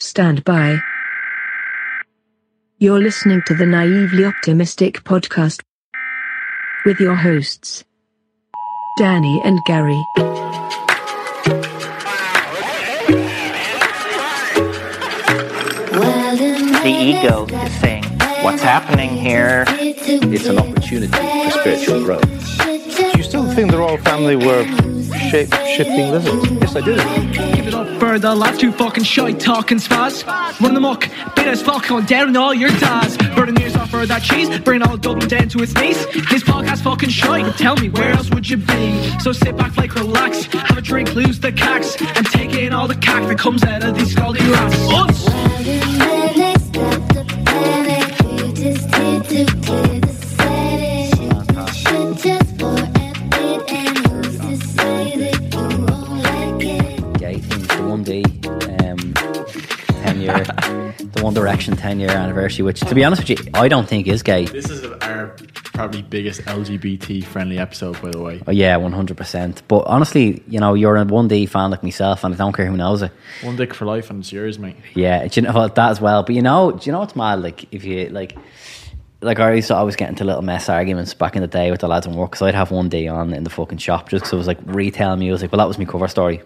Stand by. You're listening to the Naively Optimistic podcast with your hosts, Danny and Gary. The ego is saying, What's happening here? It's an opportunity for spiritual growth. You still think the royal family were shape shifting lizards? Yes, I do. Give it up further, laugh too fucking shy, talking spaz. Run them muck, beat as fuck on down all your dads. Burn the ears off for that cheese, bring all Dublin down to its knees. This podcast fucking shy, tell me where else would you be? So sit back, like relax, have a drink, lose the cacks, and take in all the cack that comes out of these scalding rats. Us! Yeah, I think the one day, um, 10 year, the One Direction 10 year anniversary, which, to be honest with you, I don't think is gay. This is our probably biggest LGBT friendly episode, by the way. Oh, yeah, 100%. But honestly, you know, you're a 1D fan like myself, and I don't care who knows it. One dick for life, and it's yours, mate. Yeah, do you know what that as well? But you know, do you know what's mad? Like if you like, like I used to always get into little mess arguments back in the day with the lads in work because I'd have one day on in the fucking shop just because it was like retail music. Well, that was my cover story.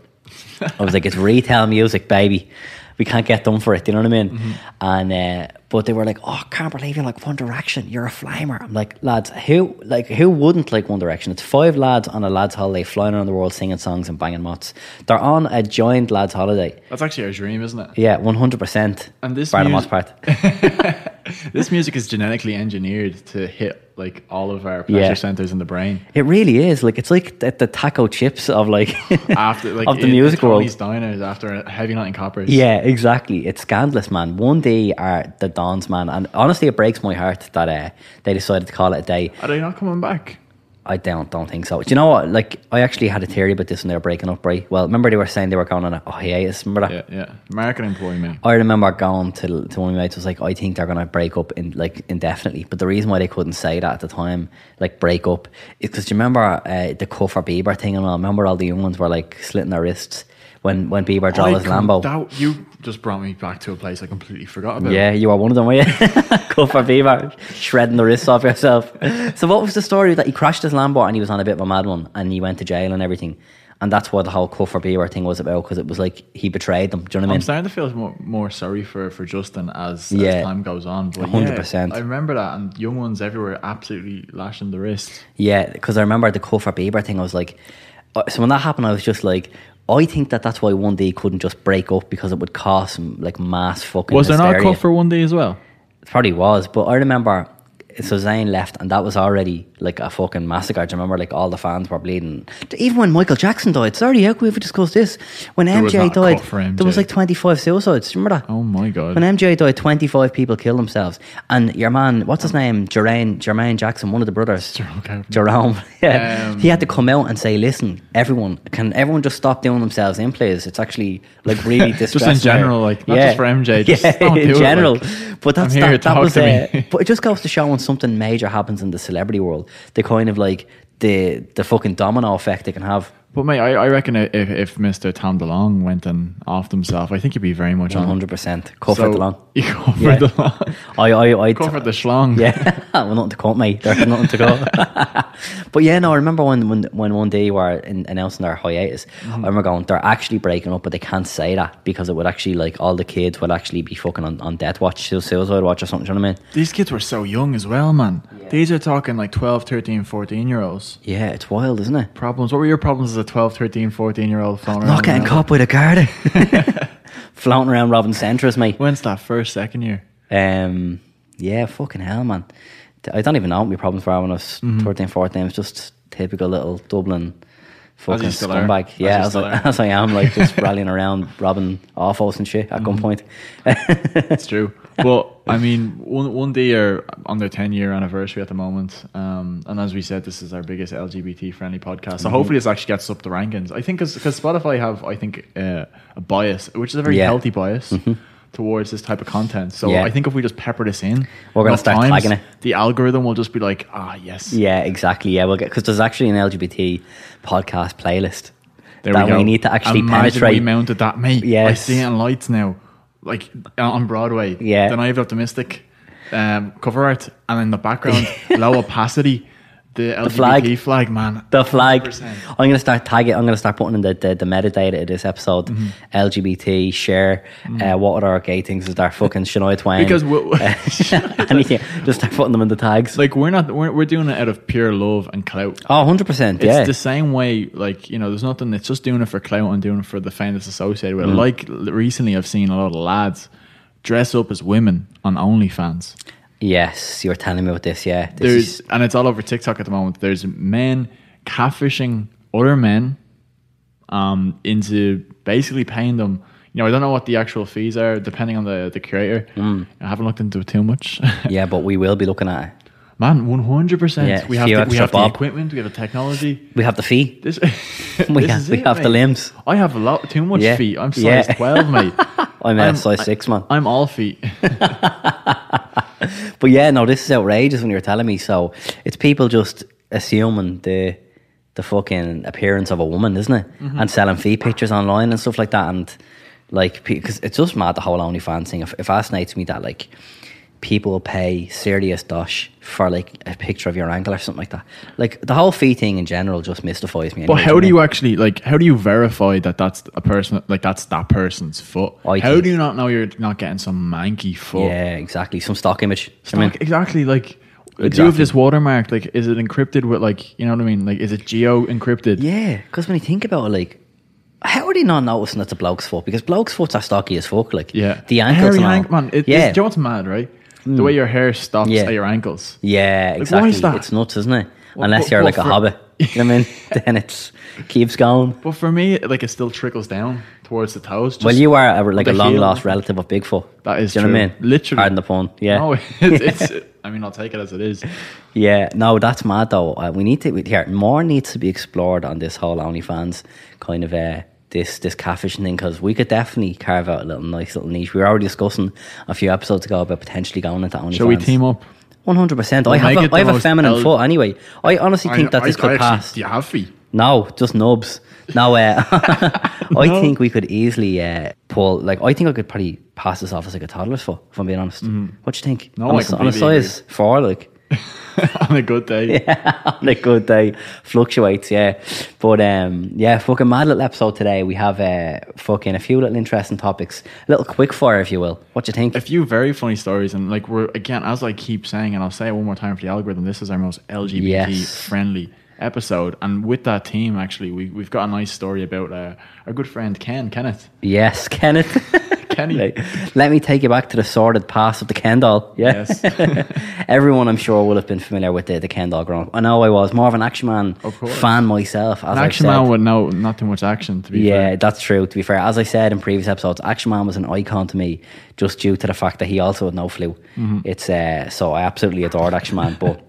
I was like, it's retail music, baby. We can't get done for it. Do you know what I mean? And uh, but they were like, oh, I can't believe you like One Direction. You're a flamer. I'm like, lads, who like who wouldn't like One Direction? It's five lads on a lads holiday flying around the world singing songs and banging mots. They're on a joined lads holiday. That's actually our dream, isn't it? Yeah, one hundred percent. And this bar the most music- part. This music is genetically engineered to hit like all of our pleasure Yeah. centers in the brain. It really is. Like it's like the, the taco chips of like After like of the in- in music Tony's world. Diners after a heavy night in coppers. Yeah, exactly. It's scandalous, man. One day are the Dons, man, and honestly, it breaks my heart that uh, they decided to call it a day. Are they not coming back? I don't don't think so. Do you know what? Like, I actually had a theory about this when they were breaking up, right? Well, remember they were saying they were going on a oh, hiatus. Remember that? Yeah, yeah. American employment. I remember going to to one of my mates was like, I think they're gonna break up in like indefinitely. But the reason why they couldn't say that at the time, like break up, is because you remember uh, the Cuffer Bieber thing and all. Remember all the young ones were like slitting their wrists when when Bieber drove his Lambo. That, you just brought me back to a place I completely forgot about. yeah, you were one of them, were you? Cuffer Bieber shredding the wrists off yourself. So what was the story that he crashed his Lambo and he was on a bit of a mad one and he went to jail and everything. And that's what the whole Cuffer Bieber thing was about because it was like he betrayed them. Do you know what I I'm mean? starting to feel more, more sorry for, for Justin as, Yeah. as time goes on. But yeah, 100%. I remember that, and young ones everywhere absolutely lashing the wrist. Yeah, because I remember the call for Bieber thing. I was like, uh, so when that happened, I was just like, I think that that's why one day couldn't just break up because it would cause m- like mass fucking. Was there not a hysteria. cut for one day as well? It probably was, but I remember. So Zayn left, and that was already like a fucking massacre. Do you remember, like all the fans were bleeding. Even when Michael Jackson died, sorry, how could we ever discuss this? When was MJ not a cut died, for there was MJ. like twenty five suicides. Do you remember that? Oh my god! When MJ died, twenty five people killed themselves, and your man, what's his name, Jermaine, Jermaine Jackson, one of the brothers, Jerome. Jerome, yeah, Um, he had to come out and say, "Listen, everyone, can everyone just stop doing themselves in plays? It's actually like really Just in distressing." general, like, not just for MJ, just yeah, don't in do it, general. like, but that's I'm that, here, that talk was to uh, me. but it just goes to show when something major happens in the celebrity world, the kind of like the the fucking domino effect it can have. But mate, I, I reckon if, if Mr. Tom DeLong went and offed himself, I think he'd be very much One on hundred percent, cover Mm-hmm. it So- along. He covered Yeah. the long. I, I, I covered the schlong. Yeah, well, nothing to cut, mate. There's nothing to go. but yeah, no, I remember when when, when one day were in, announcing their hiatus. I remember going, they're actually breaking up, but they can't say that because it would actually like all the kids would actually be fucking on, on death watch, su- suicide watch, or something. Do you know what I mean? These kids were so young as well, man. These are talking like 12, 13, 14 year olds. Yeah, it's wild, isn't it? Problems. What were your problems as a 12, 13, 14 year old phone? Not getting caught by the guard, floating around robbing centres, mate. When's that first, second year? Um, yeah, fucking hell, man. T- I don't even know what my problems were when I was Mm-hmm. 13, 14. It was just typical little Dublin fucking still are. scumbag. As yeah, you as, still I, are. as I am, like just rallying around, robbing offals and shit at gunpoint. Mm-hmm. It's true. But I mean, one one day are on their ten year anniversary at the moment, um, and as we said, this is our biggest LGBT friendly podcast. Mm-hmm. So hopefully, this actually gets up the rankings. I think because Spotify have I think uh, a bias, which is a very Yeah. Mm-hmm. healthy bias. Towards this type of content, so Yeah. I think if we just pepper this in, We're gonna enough start flagging it. The algorithm will just be like, ah, yes, yeah, exactly. Yeah, we'll get because there's actually an LGBT podcast playlist there that we go. need to actually Imagine penetrate. We mounted that, mate. I Yes. see it in lights now. like on Broadway. Yeah. The Naive Optimistic um, cover art, and in the background, low opacity, the LGBT flag. flag. man. The flag. 100%. I'm gonna start tagging. I'm gonna start putting in the, the, the metadata of this episode. Mm-hmm. LGBT share. Uh, what other gay things is there? Fucking Shania Twain. Because we- anything. Just start putting them in the tags. like we're not we're, we're doing it out of pure love and clout. oh, 100 percent. It's Yeah. the same way, like you know, there's nothing. It's just doing it for clout and doing it for the fame that's associated Mm. with it. Like l- recently, I've seen a lot of lads dress up as women on OnlyFans. yes, you were telling me about this. Yeah. This There's is- and it's all over TikTok at the moment. There's men catfishing other men um, into basically paying them. You know, I don't know what the actual fees are, depending on the the creator. Mm. I haven't looked into it too much. yeah, but we will be looking at. it. Man, one hundred Yeah, percent. We have few the, we extra have the bob. equipment. We have the technology. We have the fee. This, We this have, is we it, have the mate. limbs. I have a lot too much Yeah. feet. I'm size Yeah. twelve, mate. I'm I'm- at size I- six, man. I'm all feet. But yeah, no, this is outrageous when you were telling me. So it's people just assuming the the fucking appearance of a woman, isn't it? Mm-hmm. And selling fee pictures online and stuff like that. And like, because it's just mad the whole OnlyFans thing. It fascinates me that like people pay serious dosh for like a picture of your ankle or something like that. Like the whole fee thing in general just mystifies me. But anyway, how do know? you actually like? How do you verify that that's a person? Like that's that person's foot. I how think- do you not know you're not getting some manky foot? Yeah, exactly. Some stock image. It's not- exactly. Like, do you have Exactly. this watermark? Like, is it encrypted with like you know what I mean? Like, is it geo encrypted? Yeah, because when you think about it, like, how are they not noticing it's a bloke's foot? Because bloke's foots are stocky as fuck. Like, Yeah. the ankles Hairy and all. hank- man. It, yeah. yeah, Hmm. It's, do you know what's mad, right? The way your hair stops Yeah. at your ankles. yeah, Like, why exactly. is that? It's nuts, isn't it? What- Unless what- you're like what a for- hobbit, you know what I mean? then it's keeps going. But for me, like it still trickles down towards the toes. Just well, you are a, like a the long heel. lost relative of Bigfoot. That is Do you know what I mean? true. Literally. Pardon the pun. Yeah. No, it's, it's. I mean, I'll take it as it is. Yeah, no, that's mad though. Uh, we need to we, here more needs to be explored on this whole OnlyFans kind of uh, this this catfishing thing because we could definitely carve out a little nice little niche. We were already discussing a few episodes ago about potentially going into OnlyFans. Shall we team up? One hundred percent. I We'll make have it a, the I have a most feminine L- foot anyway. I honestly think that this could actually- pass. Do you have feet? No, just nubs. No, uh, I think we could easily uh, pull. Like, I think I could probably pass this off as like a toddler's foot. If I'm being honest, what do you think? Mm-hmm. No, on, a I s- on a completely agree. size four, like. on a good day. on a good day fluctuates yeah but um yeah fucking mad little episode today we have uh fucking a few little interesting topics a little quick fire if you will what do you think A few very funny stories, and like we're again, as I keep saying, and I'll say it one more time for the algorithm. This is our most LGBT Yes. friendly episode, and with that team, actually, we we've got a nice story about uh, our good friend Ken Kenneth yes kenneth Kenny. Right. let me take you back to the sordid past of the Ken doll yeah Yes, everyone i'm sure will have been familiar with the, the Ken doll growing up i know i was more of an action man Of course. fan myself as An I've action said. man with no not too much action to be Yeah, fair. that's true. To be fair, as I said in previous episodes, Action Man was an icon to me just due to the fact that he also had no flu. Mm-hmm. It's uh, so I absolutely adored Action Man, but.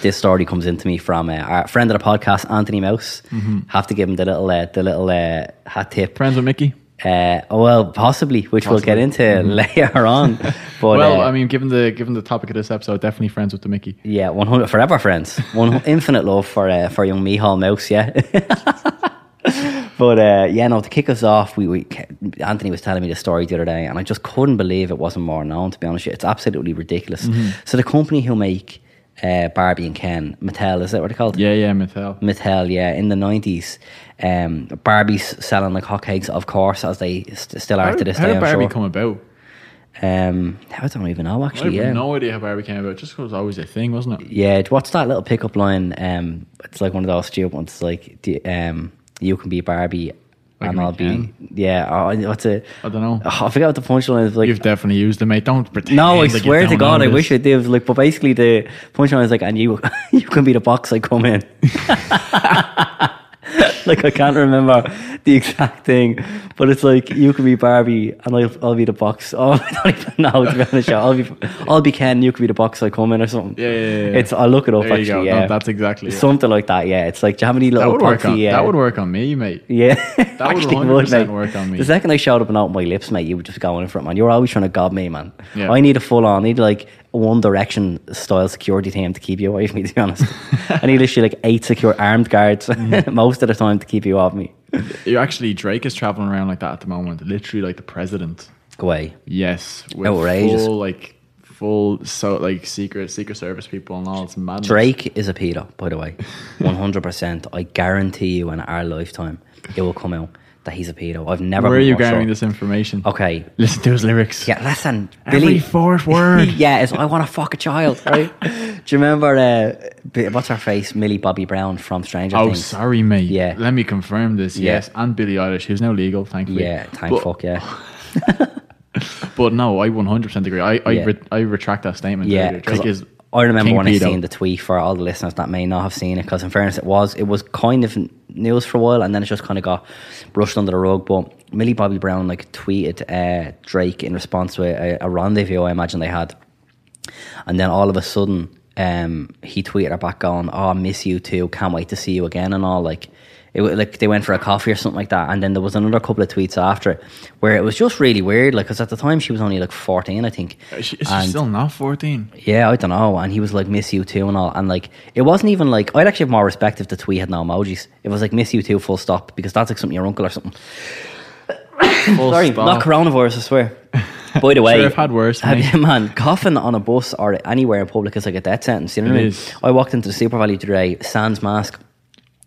This story comes into me from uh, our friend of the podcast, Anthony Mouse. Mm-hmm. Have to give him the little, uh, the little uh, hat tip. Friends with Mickey. Uh, oh, well, possibly, which we'll get Possibly. Mm-hmm. into later on. But well, uh, I mean, given the given the topic of this episode, definitely friends with the Mickey. yeah, one hundred forever friends. One infinite love for uh, for young Mihal Mouse. Yeah. But uh, yeah, no. To kick us off, we, we Anthony was telling me the story the other day, and I just couldn't believe it wasn't more known. To be honest, with you. it's absolutely ridiculous. Mm-hmm. So the company who make uh, Barbie and Ken, Mattel, is that what they called? Yeah, yeah, Mattel. Mattel, yeah, in the nineties, um, Barbies selling like hotcakes, of course, as they st- still are How, to this how day. I'm did Barbie sure. come about? Um, I don't even know I have actually. yeah, no idea how Barbie came about. Just 'cause it was always a thing, wasn't it? Yeah, what's that little pickup line? Um, it's like one of those stupid ones. Like, the, um, you can be Barbie, and can I'll be be yeah. Or, what's it? I don't know. Oh, I forgot what the punchline is. Like, You've definitely used them, mate. Don't pretend. no, I like you swear to don't God, know I this. wish I did. Like, but basically the punchline is like, and you, you can be the box I come in. like I can't remember the exact thing, but it's like you can be Barbie and I'll, I'll be the box. Oh, I don't even know. To be honest, yeah, I'll be I'll be Ken. You can be the box I come in or something. Yeah, yeah, yeah, yeah. It's I'll look it up There you actually. go. Yeah, No, that's exactly it. something like that. Yeah, it's like do you have any That little would work poxy, on. yeah. That would work on me, mate. Yeah, That would Actually, 100% mate. work on me. The second I showed up and opened my lips, mate, you were just going in front, man. You were always trying to gob me, man. Yeah. I need a full on, I need like a One Direction style security team to keep you away from me, to be honest. I need literally like eight secure armed guards Mm-hmm. most of the time to keep you off me. You actually Drake is traveling around like that at the moment. Literally like the president. away. Yes, with Outrageous. full like full so like secret secret service people and all. It's madness. Drake is a pedo, by the way. 100%. I guarantee you in our lifetime, it will come out that he's a pedo. I've never Where are been you more sure. gathering this information? Okay. Listen to his lyrics. Yeah, listen. Every Billy, fourth word. yeah, it's I want to fuck a child, right? Do you remember, uh, B- what's her face? Millie Bobby Brown from Stranger Oh, Things. sorry, mate. Yeah. Let me confirm this. Yeah. Yes, and Billie Eilish, who's now legal, thankfully. Yeah, thank but, fuck, yeah. But no, I 100% agree. I I, Yeah. re- I retract that statement. Yeah, earlier. Drake because is. I remember King when I pedo. seen the tweet for all the listeners that may not have seen it. Because in fairness, it was it was kind of news for a while, and then it just kind of got brushed under the rug. But Millie Bobby Brown like tweeted uh, Drake in response to a, a rendezvous I imagine they had, and then all of a sudden um, he tweeted her back going, "Oh, I miss you too. Can't wait to see you again," and all like. It, wa- like they went for a coffee or something like that, and then there was another couple of tweets after it where it was just really weird. Like, because at the time she was only like fourteen, I think. She, is she and- still not 14? yeah, I don't know. And he was like, miss you too, and all. And like, it wasn't even like, I'd actually have more respect if the tweet had no emojis. It was like, miss you too, full stop, because that's like something your uncle or something. Full Sorry, stop. not coronavirus, I swear. By the way, I've had worse, Have mate. you, man, coughing on a bus or anywhere in public is like a death sentence. You know what It I mean? is. I walked into the Super Value today, sans mask,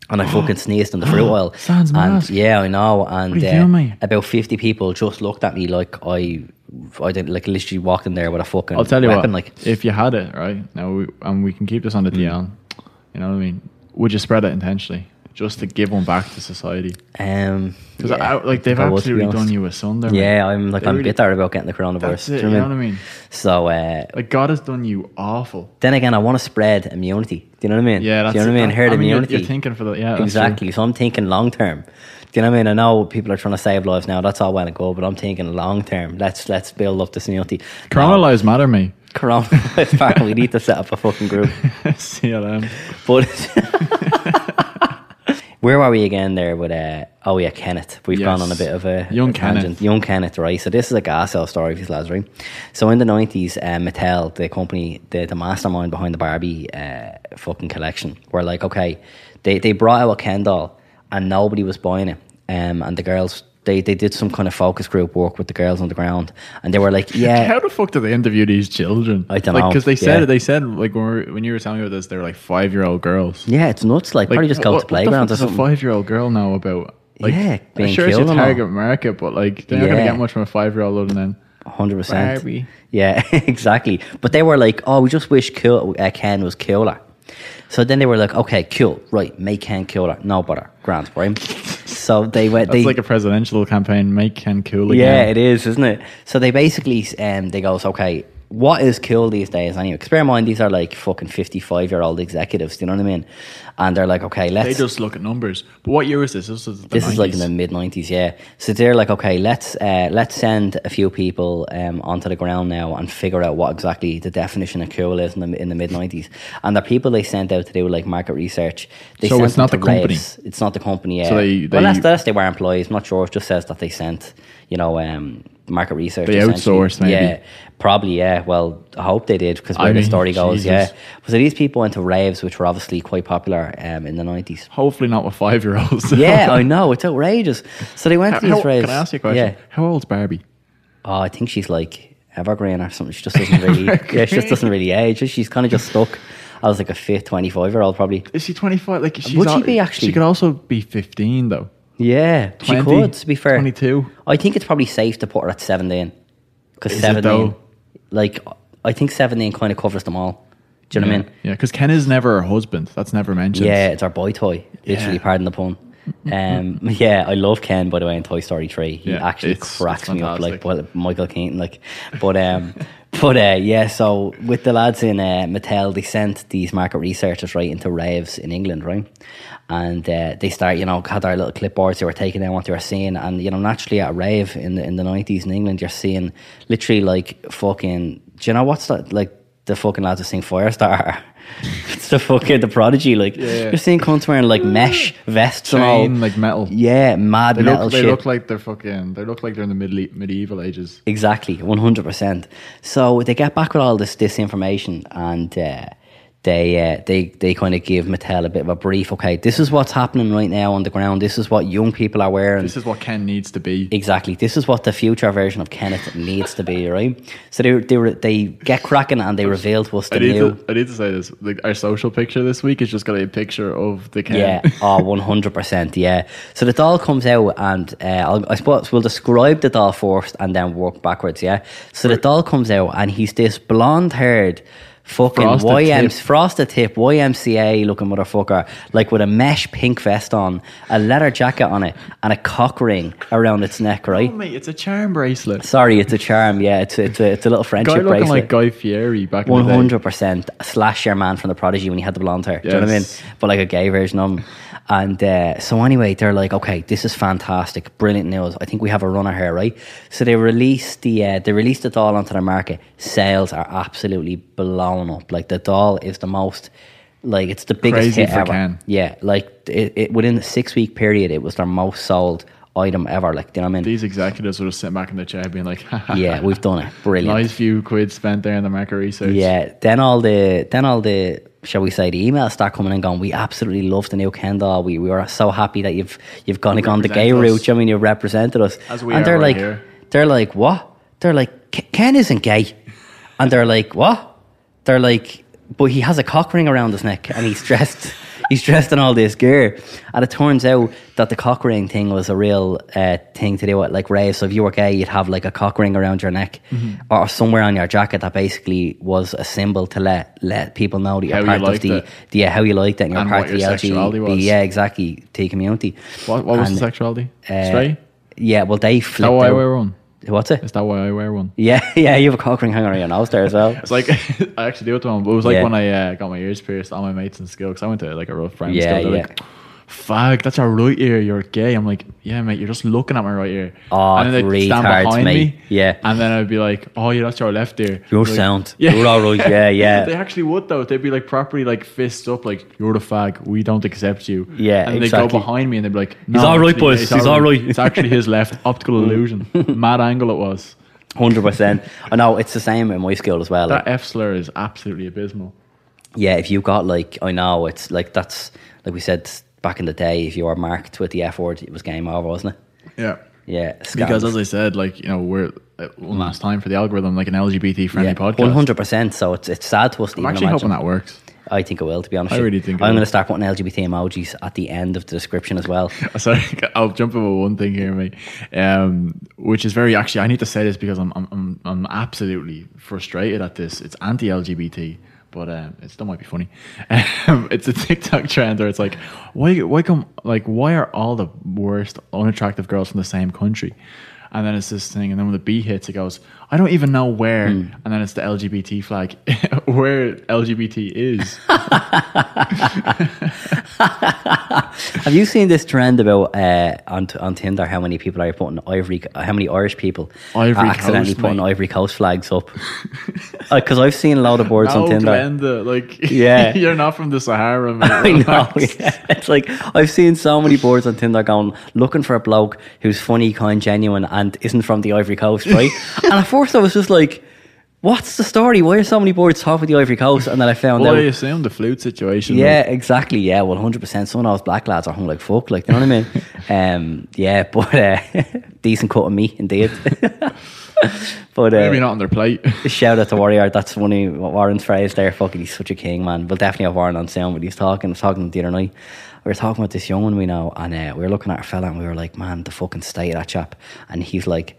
and I fucking sneezed on the fruit oil. Sans and, mask? Yeah, I know. And uh, What are you doing, mate? about fifty people just looked at me like I, I did like literally walked in there with a fucking I'll tell you weapon. what. Hmm. Like, if you had it right now, we, and we can keep this on the DL. You know what I mean? Would you spread it intentionally just to give one back to society? um, Because yeah, I like think they've I would, to be absolutely honest. done you asunder. mate. Yeah, I'm like They I'm really- bitter about getting the coronavirus. That's it. do You you know know what I mean? So uh, Like God has done you awful. then again, I want to spread immunity. Do you know what I mean? Yeah, that's do you know what I mean. that- Herd you're- immunity. You're, thinking for the yeah that's true. exactly. So I'm thinking long term. Do you know what I mean? I know people are trying to save lives now. That's all well and good, but I'm thinking long term. Let's let's build up this immunity. Corona Now, lives matter, mate. Corona. we need to set up a fucking group. CLM. But where were we again there with uh oh yeah Kenneth we've Yes. gone on a bit of a Young a tangent. Kenneth. young Kenneth right so this is a gas cell story if you lads right so in the 90s uh, Mattel the company the, the mastermind behind the Barbie uh, fucking collection were like okay they, they brought out a Ken doll and nobody was buying it um, and the girls they, they did some kind of focus group work with the girls on the ground and they were like yeah How the fuck do they interview these children? I don't like, know. Because they Yeah. said they said like when, we were, when you were telling me about this, they were like five year old girls. yeah it's nuts like, probably just go what- to playgrounds or What the fuck does a something five year old girl know about? Like, Yeah, being I'm sure it's your killed and all. target market, but like they're not gonna Yeah. get much from a five year old other than Hundred percent. Barbie. Yeah, exactly. But they were like, "Oh, we just wish cool, uh, Ken was cooler." So then they were like, "Okay, cool, right? Make Ken cooler, no butter, grand, right?" So they went. that's they, like a presidential campaign. Make Ken cool again. yeah, it is, isn't it? So they basically um, they goes, okay, what is cool these days? Anyway, because bear in mind these are like fucking fifty five year old executives. Do you know what I mean? And they're like, okay, let's They just look at numbers. But what year is this? This is, the this is like in 90s. the mid nineties, yeah. So they're like, okay, let's uh, let's send a few people um, onto the ground now and figure out what exactly the definition of cool is in the in the mid nineties. And the people they sent out to do like market research, they So sent it's them not to the company? raves. It's not the company. Yeah. So they- well, that's they- that's they were employees. I'm not sure. It just says that they sent you know um, market research. They essentially. outsourced, maybe. Yeah, probably. Yeah. Well, I hope they did because where I the mean, story goes, Jesus. yeah. So these people went to raves, which were obviously quite popular um, in the nineties. Hopefully not with five year olds. Yeah, I know. It's outrageous. So they went How- to these raves. can I ask you a question? Yeah. How old's Barbie? Oh, I think she's like evergreen or something. She just doesn't really. yeah, she just doesn't really age. She's kind of just stuck. I was like a fit twenty-five year old, probably. Is she 25? Like, she's Would she al- be actually? She could also be 15, though. Yeah, she 20, could. To be fair, 22. I think it's probably safe to put her at seventeen because Is it seventeen, though? like I think seventeen, kind of covers them all. Do you know yeah. what I mean? Yeah, because Ken is never her husband. That's never mentioned. Yeah, it's our boy toy. Literally, Yeah. pardon the pun. Um, yeah, I love Ken by the way in Toy Story Three. He Yeah, actually it's- cracks it's me up like fantastic. well, Michael Keaton, like. But um, but uh, yeah. So with the lads in uh, Mattel, they sent these market researchers right into raves in England, right? And uh, they start, you know, had their little clipboards. They were taking down what they were seeing, and you know, naturally at a rave in the in the nineties in England, you're seeing literally like fucking. Do you know what's that like? The fucking lads are seeing Firestar. it's the fucking the prodigy. Like you're seeing cunts wearing like mesh vests and all. Chain, like metal. Yeah, mad They metal look, they shit. look like they're fucking. They look like they're in the middle medieval ages. Exactly, one hundred percent. So they get back with all this this information, and uh, they uh, they they kind of give Mattel a bit of a brief. Okay, this is what's happening right now on the ground. This is what young people are wearing. This is what Ken needs to be. Exactly. This is what the future version of Kenneth needs to be, right? So they they, were, they get cracking and they reveal to us the I need, new. to, I need to say this. Like our social picture this week is just going to be a picture of the Ken. Yeah, oh, 100%. Yeah. So the doll comes out, and uh, I'll, I suppose we'll describe the doll first and then work backwards. Yeah. So the doll comes out, and he's this blonde haired, fucking Frosted YM, tip. frosted tip, YMCA looking motherfucker, like with a mesh pink vest on, a leather jacket on it, and a cock ring around its neck, right? Oh, mate, it's a charm bracelet. Sorry, it's a charm. Yeah, it's a, it's a, it's a little Guy friendship looking bracelet. like Guy Fieri back in the One day. hundred percent slash your man from the Prodigy when he had the blonde hair. Do you know what I mean? Yes. But like a gay version of him. And uh, so anyway, they're like, okay, this is fantastic, brilliant news. I think we have a runner here, right? So they released the uh, they released the doll onto the market. Sales are absolutely blown up. Like the doll is the most like it's the biggest Crazy hit for ever. Ken. Yeah, like it, it within the six week period, it was their most sold item ever. Like do you know what I mean? These executives were just sitting back in the chair being like, yeah, we've done it. Brilliant. Nice few quid spent there in the market research. Yeah. Then all the then all the shall we say the emails start coming and going. We absolutely love the new Kendall. We we are so happy that you've you've gone and gone the gay Represent us. route. I mean, you represented us. As we and are they're right like, here. they're like, what? They're like, "K- Ken isn't gay, and they're like, what? They're like, but he has a cock ring around his neck, and he's dressed. He's dressed in all this gear, and it turns out that the cock ring thing was a real uh, thing to do at like raves. So if you were gay, you'd have like a cock ring around your neck Mm-hmm. or somewhere on your jacket that basically was a symbol to let let people know that you're How you part of liked the, it. the- yeah how you liked it and you're And part what of the your sexuality LGBT was. yeah exactly T community. What, what was And, the sexuality? uh, Straight? Is Yeah, well they flipped. that why I out- wear one? What's it? Is that why I wear one? Yeah, yeah, you have a cock ring hanging around your nose there as well. It's like I actually do it to him, but it was like Yeah. when I uh, got my ears pierced. All my mates in school, because I went to like a rough primary Yeah, school. They're yeah. like, "Fuck, that's your right ear. You're gay." I'm like, "Yeah, mate, you're just looking at my right ear." Oh, they'd retards, mate. Yeah. and then I'd be like, "Oh, yeah, that's your left ear." Your Like, sound. You're all right. Yeah, yeah. they actually would though. They'd be like properly like fists up, like "You're the fag. We don't accept you." Yeah, and they exactly. go behind me and they'd be like, no, all right, actually, boys. yeah, He's all right." it's actually his left optical illusion. Mad angle it was. Hundred percent. I know it's the same in my school as well. Like, That F slur is absolutely abysmal. yeah, if you got like, I know it's like that's like we said back in the day. If you were marked with the F word, it was game over, wasn't it? Yeah. Yeah, Because as I said, like you know, we're uh, one last time for the algorithm, like an LGBT friendly podcast. one hundred percent. So it's it's sad to us. To I'm even actually imagine. hoping that works. I think it will. To be honest, I with you. really think it I'm will. going to start putting LGBT emojis at the end of the description as well. Sorry, I'll jump over one thing here, mate. Um, which is very actually, I need to say this because I'm I'm I'm, I'm absolutely frustrated at this. It's anti LGBT. But um, it still might be funny. Um, it's a TikTok trend where it's like, why, why come, like, why are all the worst unattractive girls from the same country? And then it's this thing, and then when the B hits, it goes, I don't even know where. And then it's the LGBT flag, where LGBT is. Have you seen this trend about uh, on t- on Tinder? How many people are putting ivory? How many Irish people Ivory are accidentally Coast, putting mate. Ivory Coast flags up? Because I've seen a lot of boards How on Tinder. Glenda, like, Yeah. you're not from the Sahara, man. I know. yeah. It's like I've seen so many boards on Tinder going looking for a bloke who's funny, kind, genuine, and isn't from the Ivory Coast, right? and at first, I was just like, "What's the story? Why are so many boards talking about the Ivory Coast?" And then I found Well, I out. assume the flute situation. Yeah, like, exactly. Yeah, well, hundred percent. Some of those black lads are hung like fuck, like you know what I mean. Um, yeah, but uh, decent cut of meat indeed. but uh, maybe not on their plate. Shout out to Warrior. That's one of Warren's phrase there. Fucking, he's such a king, man. We'll definitely have Warren on sound, but he's talking. I was talking to him the other night. We were talking about this young one we know, and uh, we were looking at a fella, and we were like, man, the fucking state of that chap. And he's like,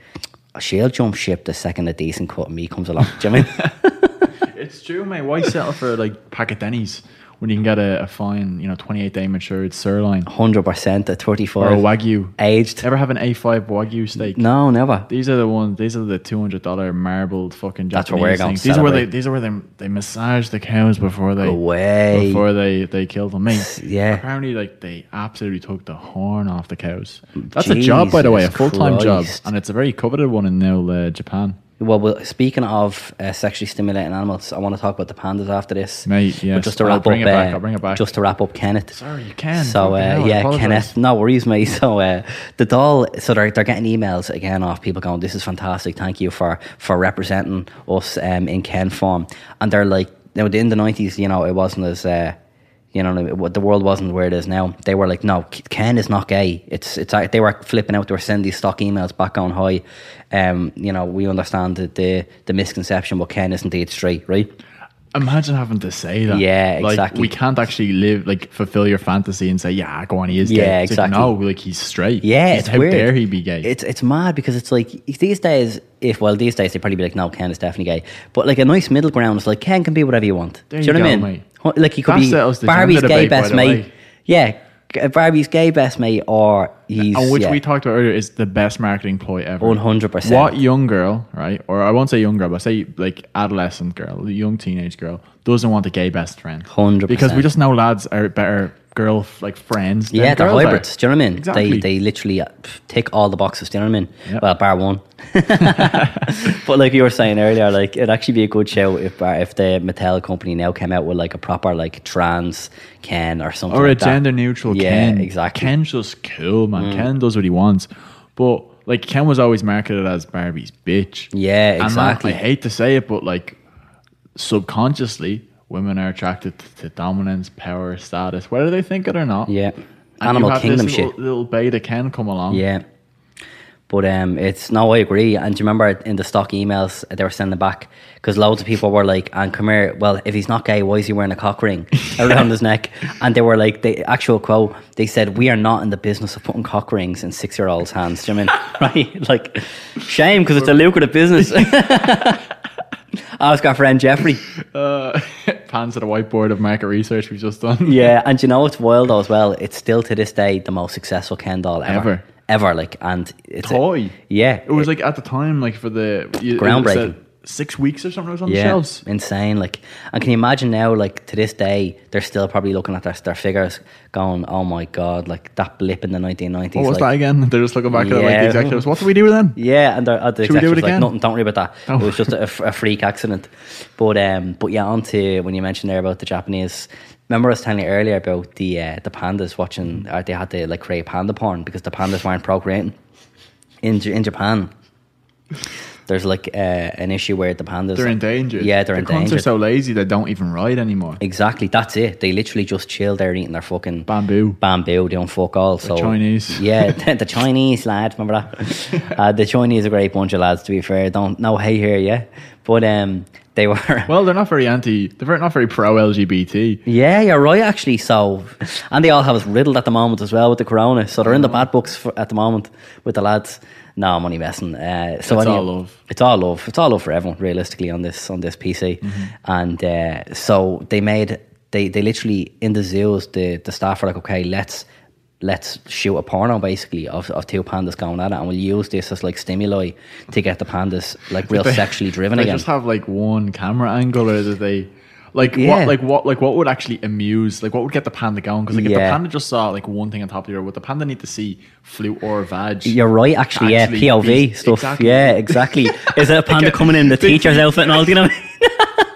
she'll jump ship the second a decent cut of me comes along. Do you know what I mean? it's true, mate. Why settle for like pack of Denny's when you can get a, a fine, you know, 28 day matured sirloin 100% at or 34. a wagyu? Oh, Aged. Ever have an A5 wagyu steak? No, never. These are the ones. These are the two hundred dollar marbled fucking That's Japanese what we're going things. to These are where they. celebrate. These are where they they massage the cows before they Away. before they they kill them. Mate, Yeah. Apparently, like they absolutely took the horn off the cows. That's a job, by the way, a Jesus full time job, Christ. and it's a very coveted one in now uh, Japan. Well, well, speaking of uh, sexually stimulating animals, I want to talk about the pandas after this. Mate, But yes. just to I'll wrap bring up, it uh, back, I'll bring it back. Just to wrap up, Kenneth. Sorry, you can. So Fucking hell, uh, I yeah, apologise. Kenneth, no worries, mate. So uh, the doll, so they're, they're getting emails again off people going, "This is fantastic. Thank you for for representing us um, in Ken form." And they're like, now in the nineties, you know, it wasn't as uh, you know, it, wa- the world wasn't where it is now. They were like, no, K- Ken is not gay. It's it's like- they were flipping out. They were sending these stock emails back on high. Um, you know, we understand that the the misconception, but Ken is indeed straight, right? Imagine having to say that. Yeah, like, exactly. We can't actually live like fulfill your fantasy and say, yeah, go on, he is. Yeah, gay. It's exactly. Like, no, like he's straight. Yeah, He's- it's how weird. dare he be gay? It's it's mad because it's like if these days, if well, these days they'd probably be like, no, Ken is definitely gay. But like a nice middle ground is like Ken can be whatever you want. There Do you you know what I go, mean? mate. Huh, Like he could That be settles the Barbie's gender gay debate, by best the mate. way. Yeah, G- uh, Barbie's gay best mate, or he's and Oh, Uh, which yeah. we talked about earlier is the best marketing ploy ever. 100%. What young girl, right? Or I won't say young girl, but say like adolescent girl, young teenage girl, doesn't want a gay best friend? 100%. Because we just know lads are better girl like friends. than yeah, they're girls are. hybrids. Do you know what I mean? Exactly. They they literally uh, pff, tick all the boxes. Do you know what I mean? Yep. Well, bar one. but like you were saying earlier, like it'd actually be a good show if bar, if the Mattel company now came out with like a proper like trans Ken or something or a like that. gender neutral Yeah, Ken. exactly. Mm. Ken's just cool, man. Ken does what he wants. But like Ken was always marketed as Barbie's bitch. Yeah, And, like, exactly. I hate to say it, but like subconsciously, women are attracted to, to dominance, power, status, whether they think it or not. Yeah. And Animal you have Kingdom this little, shit. little beta Ken come along. Yeah. But um, it's no, I agree. And do you remember in the stock emails they were sending back because loads of people were like, "And come here, well, if he's not gay, why is he wearing a cock ring around his neck?" And they were like, the actual quote, they said, "We are not in the business of putting cock rings in six-year-olds' hands." Do you know what I mean right? Like, shame because it's a lucrative business. I was got friend Jeffrey. Uh, pans at a whiteboard of market research we've just done. Yeah, and you know what's wild though as well? It's still to this day the most successful Ken doll ever, Ever. Ever, like, and it's a- Toy. yeah, It was like at the time, like for the you- it Groundbreaking. said Six weeks or something. It was on the shelves. Insane. Like, and can you imagine now? Like to this day, they're still probably looking at their their figures, going, "Oh my god!" Like that blip in the nineteen nineties. What was that like, again? They're just looking back at it like Yeah. the executives. What do we do then? Yeah, and the, uh, the Should we do executive it was like, again? "Nothing. Don't worry about that. Oh. It was just a, a freak accident." But um, but yeah, on to when you mentioned there about the Japanese. Remember I was telling you earlier about the uh, the pandas watching? Mm-hmm. Or they had to like create panda porn because the pandas weren't procreating in J- in Japan. There's like uh, an issue where the pandas They're endangered. Yeah, they're the cunts endangered. are so lazy they don't even ride anymore. Exactly, that's it. They literally just chill there eating their fucking Bamboo. bamboo. They don't fuck all. So Chinese. yeah, the, the Chinese lad. Remember that? uh, the Chinese are a great bunch of lads. To be fair, don't no hey here, yeah. But um, they were. Well, they're not very anti. They're very- not very pro LGBT. yeah, you're right. Actually, so and they all have us riddled at the moment as well with the corona. So they're in the Mm. bad books for, at the moment with the lads. No, I'm only messing. Uh, so It's any- all love. It's all love. It's all love for everyone, realistically, on this on this PC. Mm-hmm. And uh, so they made they they literally in the zoos the the staff were like, okay, let's let's shoot a porno basically of, of two pandas going at it, and we'll use this as like stimuli to get the pandas like real sexually driven They again. just have like one camera angle, or that they like Yeah. what like what like what would actually amuse like what would get the panda going? Because like if the Yeah. panda just saw like one thing on top of the other, would the panda need to see flute or vag? You're right, actually, yeah, Actually, POV these- stuff. exactly. Yeah, exactly. Is that a panda coming in the teacher's outfit and all? Do you know? what I mean?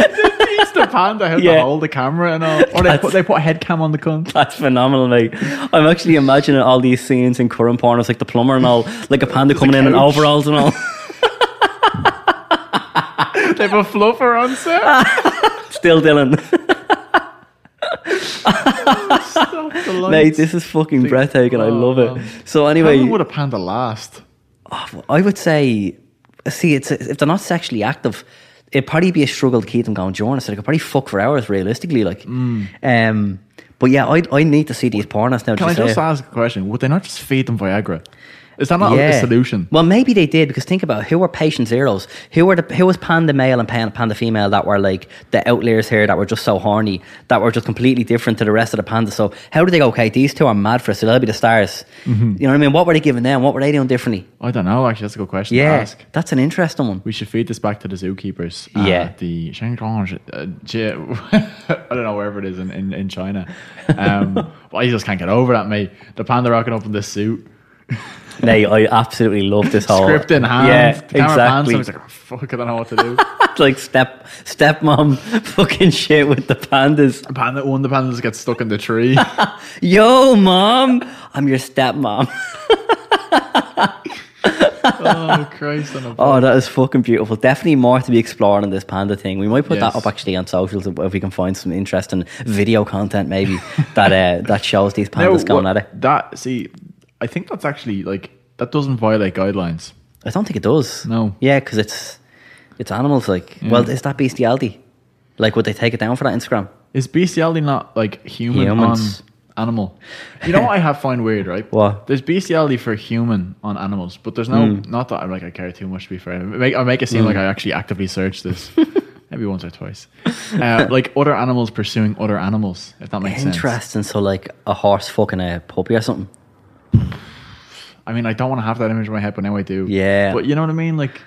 It's the panda how Yeah. to hold the camera and all, or they That's- put they put a head cam on the cunt. That's phenomenal, mate. I'm actually imagining all these scenes in current pornos, like the plumber and all, like a panda coming in in couch. overalls and all. They have a fluffer on set. Still Dylan. Stop the lights. mate, this is fucking breathtaking. I love Oh. it. So How anyway, long would a panda last? I would say, see, it's if they're not sexually active, it'd probably be a struggle to keep them going during. So they could probably fuck for hours, realistically. Like, um, but yeah, I I need to see these pornos now. to Mm. Can I say just it. ask a question? Would they not just feed them Viagra? Is that not a Yeah. solution? Well, maybe they did because think about it, who were patient zeros, who were the who was panda male and pan, panda female that were like the outliers here that were just so horny that were just completely different to the rest of the pandas. So how did they go? Okay, these two are mad for us. So they'll be the stars. Mm-hmm. You know what I mean? What were they giving them? What were they doing differently? I don't know. Actually, that's a good question Yeah, to ask. that's an interesting one. We should feed this back to the zookeepers. uh, Yeah. the Shangri-La, uh, J- I don't know wherever it is in, in, in China. Um, but I just can't get over that, mate. The panda rocking up in this suit, Mate, I absolutely love this whole script in hand. Oh, Yeah, the camera pans exactly. him, he's like, oh, fuck, I don't know what to do. It's like step stepmom fucking shit with the pandas. The panda, one of the pandas gets stuck in the tree. Yo, mom, I'm your stepmom. oh Christ! On a Oh, that is fucking beautiful. Definitely more to be explored on this panda thing. We might put Yes. that up actually on socials if if we can find some interesting video content maybe that uh, that shows these Now, pandas going what- at it. That see, I think that's actually like that doesn't violate guidelines. I don't think it does. No. Yeah, because it's it's animals. Like, well, is that bestiality? Like, would they take it down for that Instagram? Is bestiality not like human Humans. on animal? You know what I have find weird, right? What? Hmm. There's bestiality for human on animals, but there's no not that I like I care too much to be fair. I make, I make it seem like I actually actively search this. Maybe once or twice. Uh, like other animals pursuing other animals, if that makes sense. Interesting. So, like, a horse fucking a puppy or something. I mean, I don't want to have that image in my head, but now I do. Yeah. But you know what I mean? Like,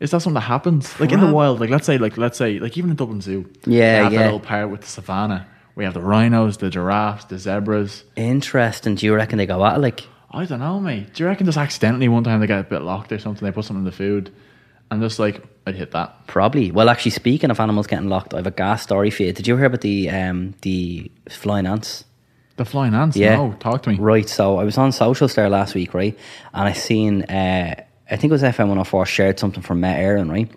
is that something that happens? Like in the Prob- wild, like let's say, like let's say, like even in Dublin Zoo, Yeah, they have yeah. that little part with the savannah. We have the rhinos, the giraffes, the zebras. Interesting. Do you reckon they go at it? Like, I don't know, mate. Do you reckon just accidentally one time they get a bit locked or something? They put something in the food, and just like I'd hit that. Probably. Well, actually, speaking of animals getting locked, I have a gas story for you. Did you hear about the um, the flying ants? The flying ants. Yeah. No, talk to me. Right. So I was on socials there last week, right? And I seen, uh, I think it was FM 104 shared something from Matt Aaron, right?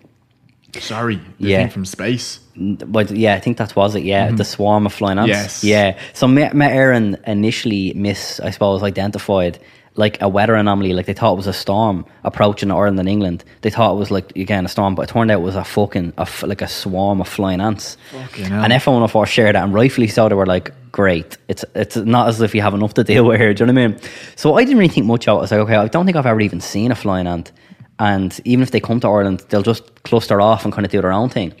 Sorry, the Yeah. thing from space. But yeah, I think that was it. Yeah, the swarm of flying ants. Mm-hmm. Yes. Yeah. So Matt Aaron initially mis, I suppose, identified like a weather anomaly. Like they thought it was a storm approaching Ireland and England. They thought it was like again a storm, but it turned out it was a fucking a f like a swarm of flying ants. Fucking hell. and F one hundred four shared it, and rightfully so. They were like, "Great, it's it's not as if you have enough to deal with here." Do you know what I mean? So I didn't really think much of it. I was like, "Okay, I don't think I've ever even seen a flying ant." And even if they come to Ireland, they'll just cluster off and kind of do their own thing.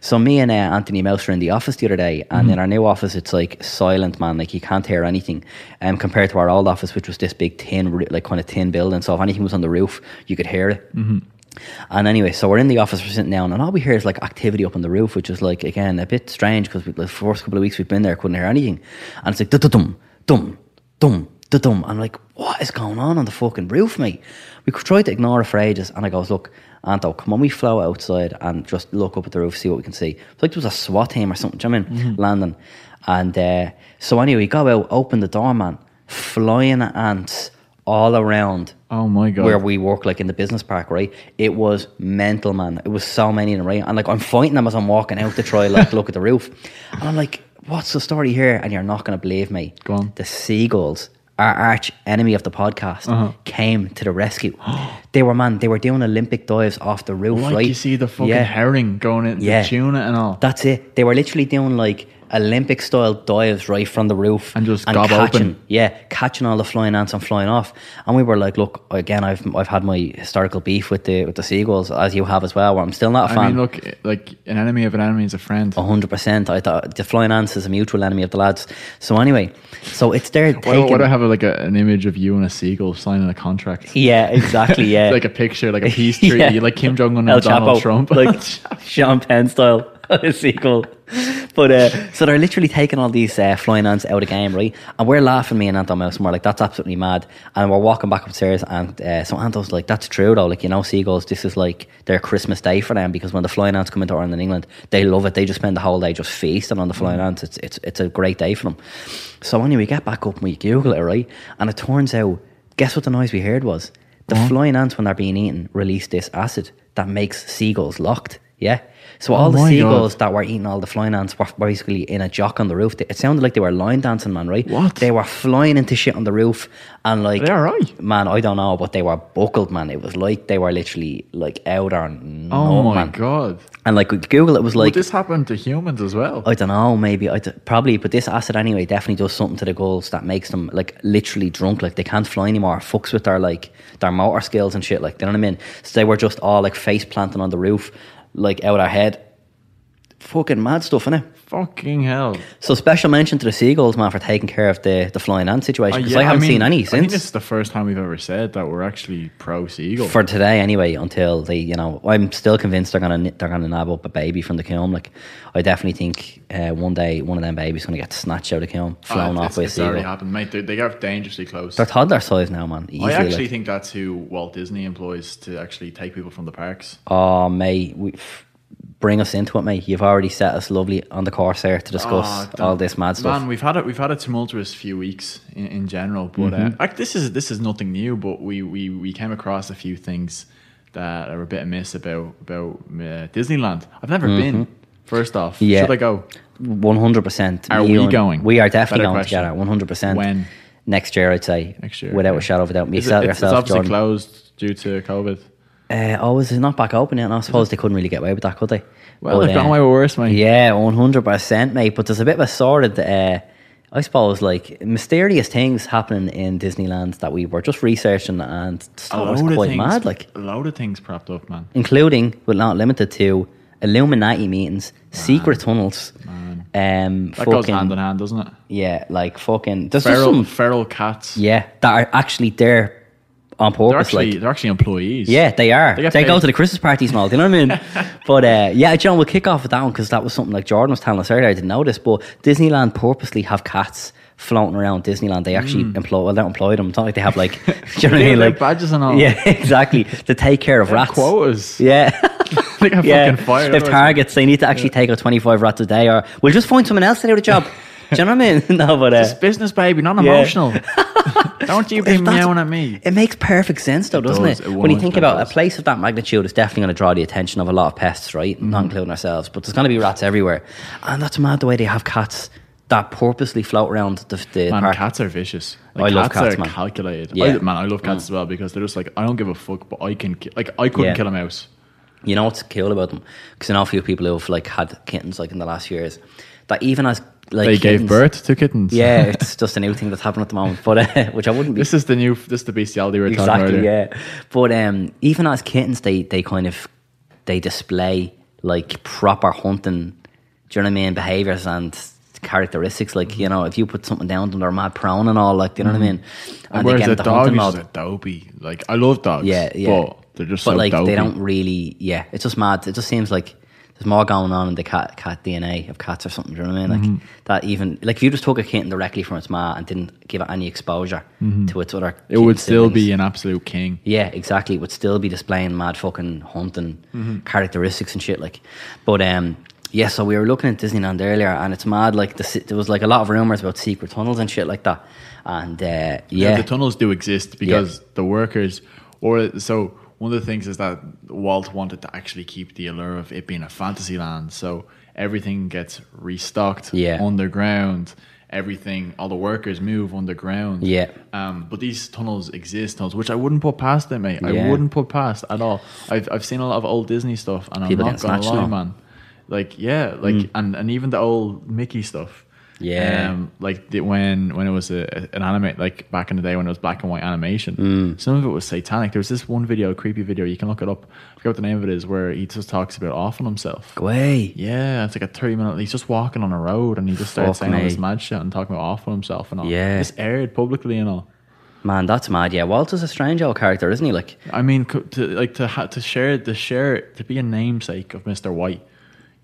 So me and uh, Anthony Mouse were in the office the other day, and in our new office, it's like silent, man. Like you can't hear anything. Um, compared to our old office, which was this big tin, ru- like kind of tin building. So if anything was on the roof, you could hear it. And anyway, so we're in the office, we're sitting down, and all we hear is like activity up on the roof, which is like, again, a bit strange because the first couple of weeks we've been there, couldn't hear anything. And it's like, dum, dum, dum, dum. I'm like, what is going on on the fucking roof, mate? We could try to ignore it for ages, and I goes, look, Anto, come on, we flow outside and just look up at the roof, see what we can see. It's like there was a SWAT team or something, do you know what I mean? Mm-hmm. Landing. And uh, so anyway, we go out, open the door, man, flying ants all around Oh my god. where we work, like in the business park, right? It was mental, man. It was so many, in right? And like I'm fighting them as I'm walking out to try like look at the roof, and I'm like, "What's the story here?" And you're not gonna believe me. Go on. The seagulls, our arch enemy of the podcast, Uh-huh. came to the rescue. they were man. They were doing Olympic dives off the roof, like right? you see the fucking herring going in, Yeah. the tuna and all. That's it. They were literally doing like Olympic style dives right from the roof And just gob catching, open. yeah, catching all the flying ants and flying off. And we were like, look, again, I've I've had my historical beef with the with the seagulls as you have as well. Where I'm still not a I fan. mean, look, like an enemy of an enemy is a friend. A hundred percent. I thought the flying ants is a mutual enemy of the lads. So anyway, so it's their Why, why taking- do I have like a, an image of you and a seagull signing a contract? yeah, exactly. Yeah, like a picture, like a peace treaty, Yeah. like Kim Jong Un El and Donald Chapo, Trump. like Sean Penn style a sequel. But uh, so they're literally taking all these uh, flying ants out of game, right? And we're laughing, me and Anto Mouse, and we're like, "That's absolutely mad." And we're walking back upstairs, and uh, so Anto's like, "That's true, though. Like, you know, seagulls. This is like their Christmas day for them because when the flying ants come into Ireland and England, they love it. They just spend the whole day just feasting Mm. on the flying ants. It's it's it's a great day for them." So anyway, we get back up and we Google it, right? And it turns out, guess what the noise we heard was? The Mm. flying ants, when they're being eaten, release this acid that makes seagulls locked. Yeah. So all the Oh my seagulls that were eating all the flying ants were basically in a jock on the roof. It sounded like they were line dancing, man, right? What? They were flying into shit on the roof and like. Are they all right? Man, I don't know, but they were buckled, man. It was like they were literally like out on. oh my man. god! And like with Google, it was But like. uh, this happened to humans as well. I don't know, maybe I d- probably, but this acid anyway definitely does something to the gulls that makes them like literally drunk, like they can't fly anymore. It Fucks with their like their motor skills and shit, like do you know what I mean? So they were just all like face planting on the roof, like out our head. Fucking mad stuff, innit? Fucking hell! So special mention to the seagulls, man, for taking care of the the flying ant situation because Uh, yeah, I haven't mean- seen any I think this since is the first time we've ever said that we're actually pro seagull. for today anyway. Until they, you know, I'm still convinced they're gonna they're gonna nab up a baby from the comb. Like I definitely think uh, one day one of them babies gonna get snatched out of the comb, Ah, flown it's- off by a it's already seagull. happened, mate. They, they got dangerously close. They're toddler size now, man. Easily, I actually like, think that's who Walt Disney employs to actually take people from the parks. oh, mate, we, f- bring us into it, mate. You've already set us lovely on the course there to discuss Oh, all this mad stuff. Man, we've had a, we've had a tumultuous few weeks in, in general, but uh, Mm-hmm. like, this is this is nothing new. But we, we we came across a few things that are a bit amiss about about uh, Disneyland. I've never been. First off, Mm-hmm. Yeah. should I go? One hundred percent. Are we going? We are definitely Better going question. together. One hundred percent. When? Next year, I'd say. Next year, without okay. a shadow of a doubt. Is Myself, it, it's, it's yourself, obviously Jordan. closed due to COVID. Uh, oh, is it not back open yet? And I suppose they couldn't really get away with that, could they? Well, But, they've gone uh, away with worse, mate. Yeah, one hundred percent, mate. But there's a bit of a sordid, uh, I suppose, like mysterious things happening in Disneyland that we were just researching, and A stuff was load of quite things- mad, like a load of things propped up, man. including but not limited to Illuminati meetings, secret tunnels, um, That fucking, goes hand in hand, doesn't it? yeah, like fucking. There's just Feral, some feral cats. yeah that are actually there on they're purpose, actually like. they're actually employees. Yeah, they are. They They, get go paid. to the Christmas parties and all. Do you know what I mean? but uh, yeah, John, we'll kick off with that one because that was something like Jordan was telling us earlier. I didn't know this, but Disneyland purposely have cats floating around Disneyland. They actually employ. Well, they don't employ them. It's not like they have like. do you know what I Mm. They mean? have, like, badges and all. Yeah, exactly. To take care of rats. quotas. Yeah. they got Yeah, fucking fired. they have targets. They need to actually take out 25 rats a day, or we'll just find someone else to do the job. do you know what I mean? no, but It's uh, business, baby, not Yeah. emotional. Don't you be If that's- meowing at me. it makes perfect sense, though, doesn't does. it? It when you think 100% about does. a place of that magnitude, it's definitely going to draw the attention of a lot of pests, right? Mm-hmm. Not including ourselves, but there's going to be rats everywhere, and that's mad the way they have cats that purposely float around the, the Man, park. cats are vicious. I love cats, are man. calculated. Yeah. Mm. I, man, I love cats as well because they're just like I don't give a fuck, but I can ki- like I couldn't Yeah. kill a mouse. You know what's cool about them? Because I know a few people who have like had kittens like in the last years that even as like They gave kittens- birth to kittens. Yeah, it's just a new thing that's happening at the moment, but uh, which I wouldn't be this is the new. This is the bestiality we were talking exactly about. earlier. yeah but um even as kittens they they kind of they display like proper hunting do you know what i mean behaviors and characteristics like you know if you put something down to them they're mad prone and all like do you know what i mean Mm-hmm. And they whereas get the into dog hunting is mode. just a dopey. Like I love dogs. yeah yeah But they're just But, so like dopey. they don't really yeah it's just mad it just seems like there's more going on in the cat cat DNA of cats or something. Do you know what I mean? Like Mm-hmm. that even like if you just took a kitten directly from its ma and didn't give it any exposure to its other, Mm-hmm. It would kitten still siblings. be an absolute king. Yeah, exactly. Would still be displaying mad fucking hunting Mm-hmm. characteristics and shit like. But um, yeah. So we were looking at Disneyland earlier, and it's mad. Like the, se- there was like a lot of rumors about secret tunnels and shit like that. And uh, yeah. yeah, the tunnels do exist because the workers or so one of the things is that Walt wanted to actually keep the allure of it being a fantasy land so everything gets restocked Yeah. underground everything all the workers move underground Yeah. um, but these tunnels exist tunnels which I wouldn't put past it mate Yeah. I wouldn't put past at all I've, I've seen a lot of old Disney stuff and People I'm not getting gonna snatched lie now. man like yeah like and, and even the old Mickey stuff Yeah. um, like the, when when it was a, a- an anime, like back in the day when it was black and white animation, Mm. some of it was satanic. There was this one video, creepy video. You can look it up. I forget what the name of it is, where he just talks about offing himself. Go away. Yeah, it's like a thirty minute. He's just walking on a road and he just starts Fucking saying all this A. mad shit and talking about offing himself and all. Yeah. it's aired publicly and all. man, that's mad. Yeah, Walter's a strange old character, isn't he? Like, I mean, co- to like to ha- to share to share to be a namesake of Mister White,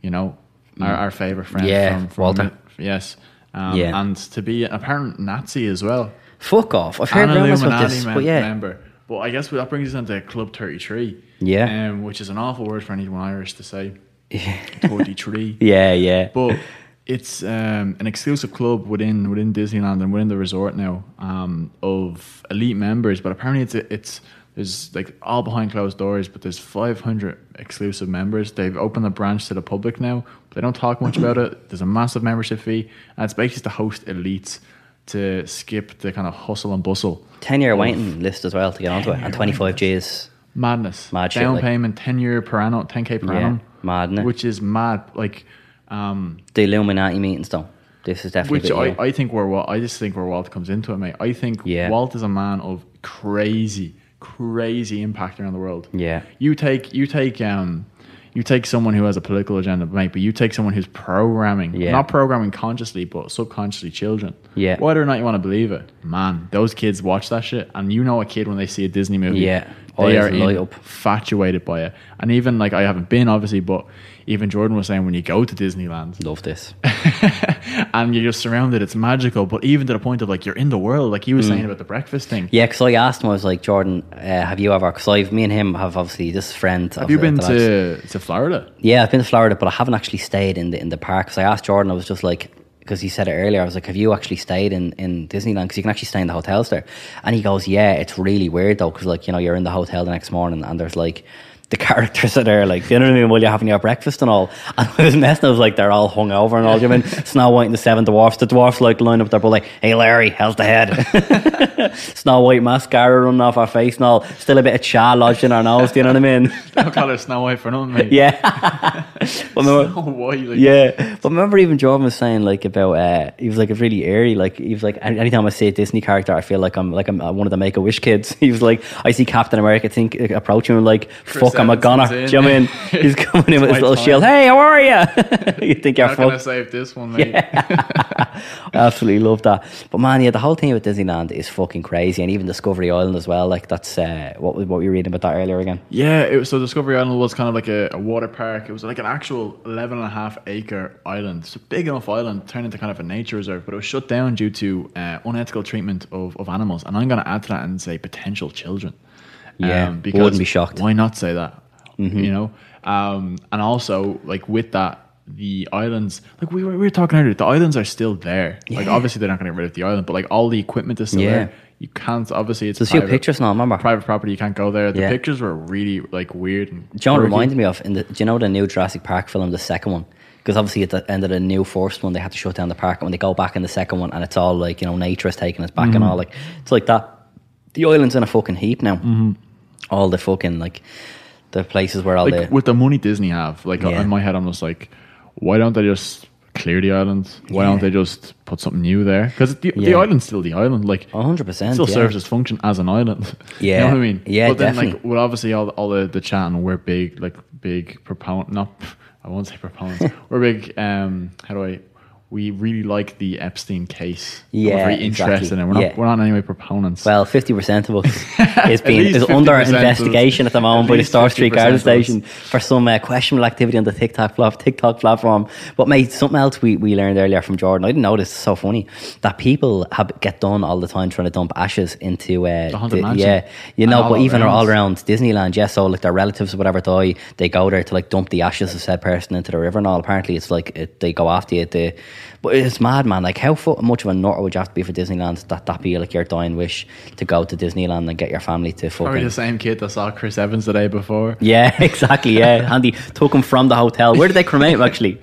you know, our, our favorite friend. Mm. Yeah, from, from Walter. Yes. Um, Yeah. and to be an apparent Nazi as well. fuck off. I've heard an rumors about Illuminati this, mem- but yeah, member. But I guess that brings us into Club 33. Yeah. Um, which is an awful word for anyone Irish to say. 33. yeah, yeah. But it's um, an exclusive club within within Disneyland and within the resort now um, of elite members. But apparently it's it's there's like all behind closed doors, but there's 500 exclusive members. They've opened the branch to the public now. But they don't talk much about it. There's a massive membership fee, and it's basically to host elites to skip the kind of hustle and bustle. Ten year waiting list as well to get onto it, 10 year and twenty five waiting Gs. Madness. Mad shit, Down like- payment, 10 year per annum, 10K per Yeah, annum. mad, innit? Which is mad. Like, um, The Illuminati meetings, though. This is definitely. which a bit I, new. I think where Walt, I just think where Walt comes into it, mate. I think Yeah. Walt is a man of crazy, crazy impact around the world. Yeah. You take, you take, um, you take someone who has a political agenda, mate, but you take someone who's programming, Yeah. not programming consciously, but subconsciously children. Yeah. Whether or not you want to believe it, man, those kids watch that shit. And you know a kid when they see a Disney movie. Yeah. They Eyes are light up. infatuated by it. And even like I haven't been obviously, but even Jordan was saying when you go to Disneyland Love this. and you're just surrounded, it's magical. But even to the point of like you're in the world, like he was saying about the breakfast thing. Hmm. Yeah, because I asked him, I was like, Jordan, uh, have you ever? Because I've, me and him have obviously this friend. Have you been to to Florida? Yeah, I've been to Florida, but I haven't actually stayed in the in the park. Because I asked Jordan, I was just like, because he said it earlier, I was like, have you actually stayed in in Disneyland? Because you can actually stay in the hotels there. And he goes, yeah, it's really weird though, because like you know you're in the hotel the next morning and there's like. The characters are there, like, you know what I mean? Well, you're having your breakfast and all. And I was messing, I was like, they're all hungover and all. Do you know what I mean? Snow White and the Seven Dwarfs. The dwarfs, like, line up their butt, like, hey, Larry, how's the head? Snow White mascara running off our face and all. Still a bit of char lodged in our nose, do you know what I mean? Don't call her Snow White for nothing, mate. yeah. Well, no- Snow White, like, yeah, but remember even Jordan was saying like about uh, he was like it's really eerie. Like he was like any- anytime I see a Disney character, I feel like I'm like I'm uh, one of the Make a Wish kids. He was like I see Captain America think approaching him like fuck I'm a Evans goner. comes Do in. you know what I mean? He's coming in with It's his my little time. shield. Hey, how are you? you think you're How can I fucked? save this one, mate? Absolutely love that. But man, yeah, the whole thing with Disneyland is fucking crazy, and even Discovery Island as well. Like that's uh, what we- what we were reading about that earlier again. Yeah, it was, so Discovery Island was kind of like a, a water park. It was like an actual 11 and a half acre island. It's a big enough island, turned into kind of a nature reserve, but it was shut down due to uh, unethical treatment of, of animals. And I'm going to add to that and say potential children. Yeah, Um, I wouldn't be shocked. Mm-hmm. Why not say that? You know? Um, and also, like, with that, the islands, like we were, we were talking earlier, the islands are still there. Like, obviously, they're not going to get rid of the island, but like all the equipment is still Yeah. there. You can't, obviously, it's So see your private- pictures now, remember? private property, you can't go there. The Yeah. pictures were really like weird. And John quirky. reminded me of in the, do you know the new Jurassic Park film, the second one? Because obviously at the end of the new first one, they had to shut down the park, and when they go back in the second one, and it's all like you know nature is taking us back Mm-hmm. and all like it's like that. The island's in a fucking heap now. Mm-hmm. All the fucking like the places where all like the with the money Disney have. Like Yeah. in my head, I'm just like, why don't they just clear the island? Why don't Yeah. they just put something new there? Because the, the Yeah. island's still the island. Like A hundred percent, it still yeah. serves its function as an island. you Yeah. know what I mean. Yeah, but then like definitely. with obviously all all the, the chat and we're big like big proponent. Not I won't say proponents. we're big. Um, how do I? We really like the Epstein case. Yeah, we're very exactly. interested in it. We're not Yeah. we're not in any way proponents. well, fifty percent of us is being least is under 50% of us. investigation at the moment At by the least Star Street 50% Garden of us. Station for some uh, questionable activity on the TikTok plat- TikTok platform. But mate, something else we, we learned earlier from Jordan, I didn't know this. It's so funny that people have get done all the time trying to dump ashes into uh, The Haunted Mansion. yeah, you And know, all but even around. all around Disneyland, yeah. So like their relatives or whatever die, they go there to like dump the ashes of said person into the river and all. Apparently, it's like it, they go after you. They, but it's mad, man. Like how fu- much of a nut would you have to be for Disneyland that that be like your dying wish to go to Disneyland and get your family to Probably fucking the same kid that saw Chris Evans the day before. yeah, exactly. Yeah, Andy took him from the hotel. Where did they cremate him? Actually,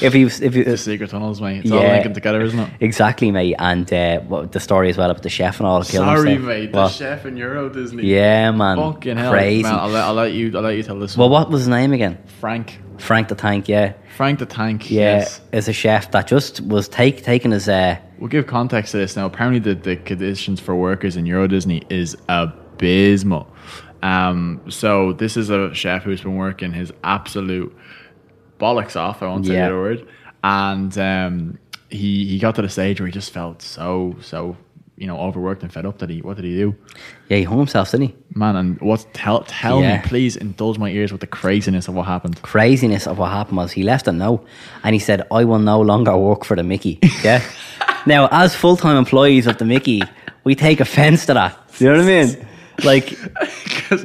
if he was, if he, The secret tunnels, mate. It's all Yeah. linking together, isn't it? exactly, mate, and uh, what, the story as well about the chef and all. killing Sorry, himself. mate. The Well, chef in Euro Disney. Yeah, man. Fucking hell. Crazy. Man, I'll, let, I'll let you. I'll let you tell this well, one. what was his name again? Frank. Frank the Tank. Yeah. Frank the Tank. yeah, Yes. as a chef that just was take taking his uh, We'll give context to this now. Apparently, the, the conditions for workers in Euro Disney is abysmal. Um, so this is a chef who's been working his absolute bollocks off. I won't say Yeah. the word. And um, he he got to the stage where he just felt so so you know overworked and fed up that he what did he do? yeah he hung himself didn't he Man, and what? Tell tell Yeah. me, please indulge my ears with the craziness of what happened. craziness of what happened was he left a note and he said I will no longer work for the Mickey yeah now as full time employees of the Mickey we take offence to that you know what I mean like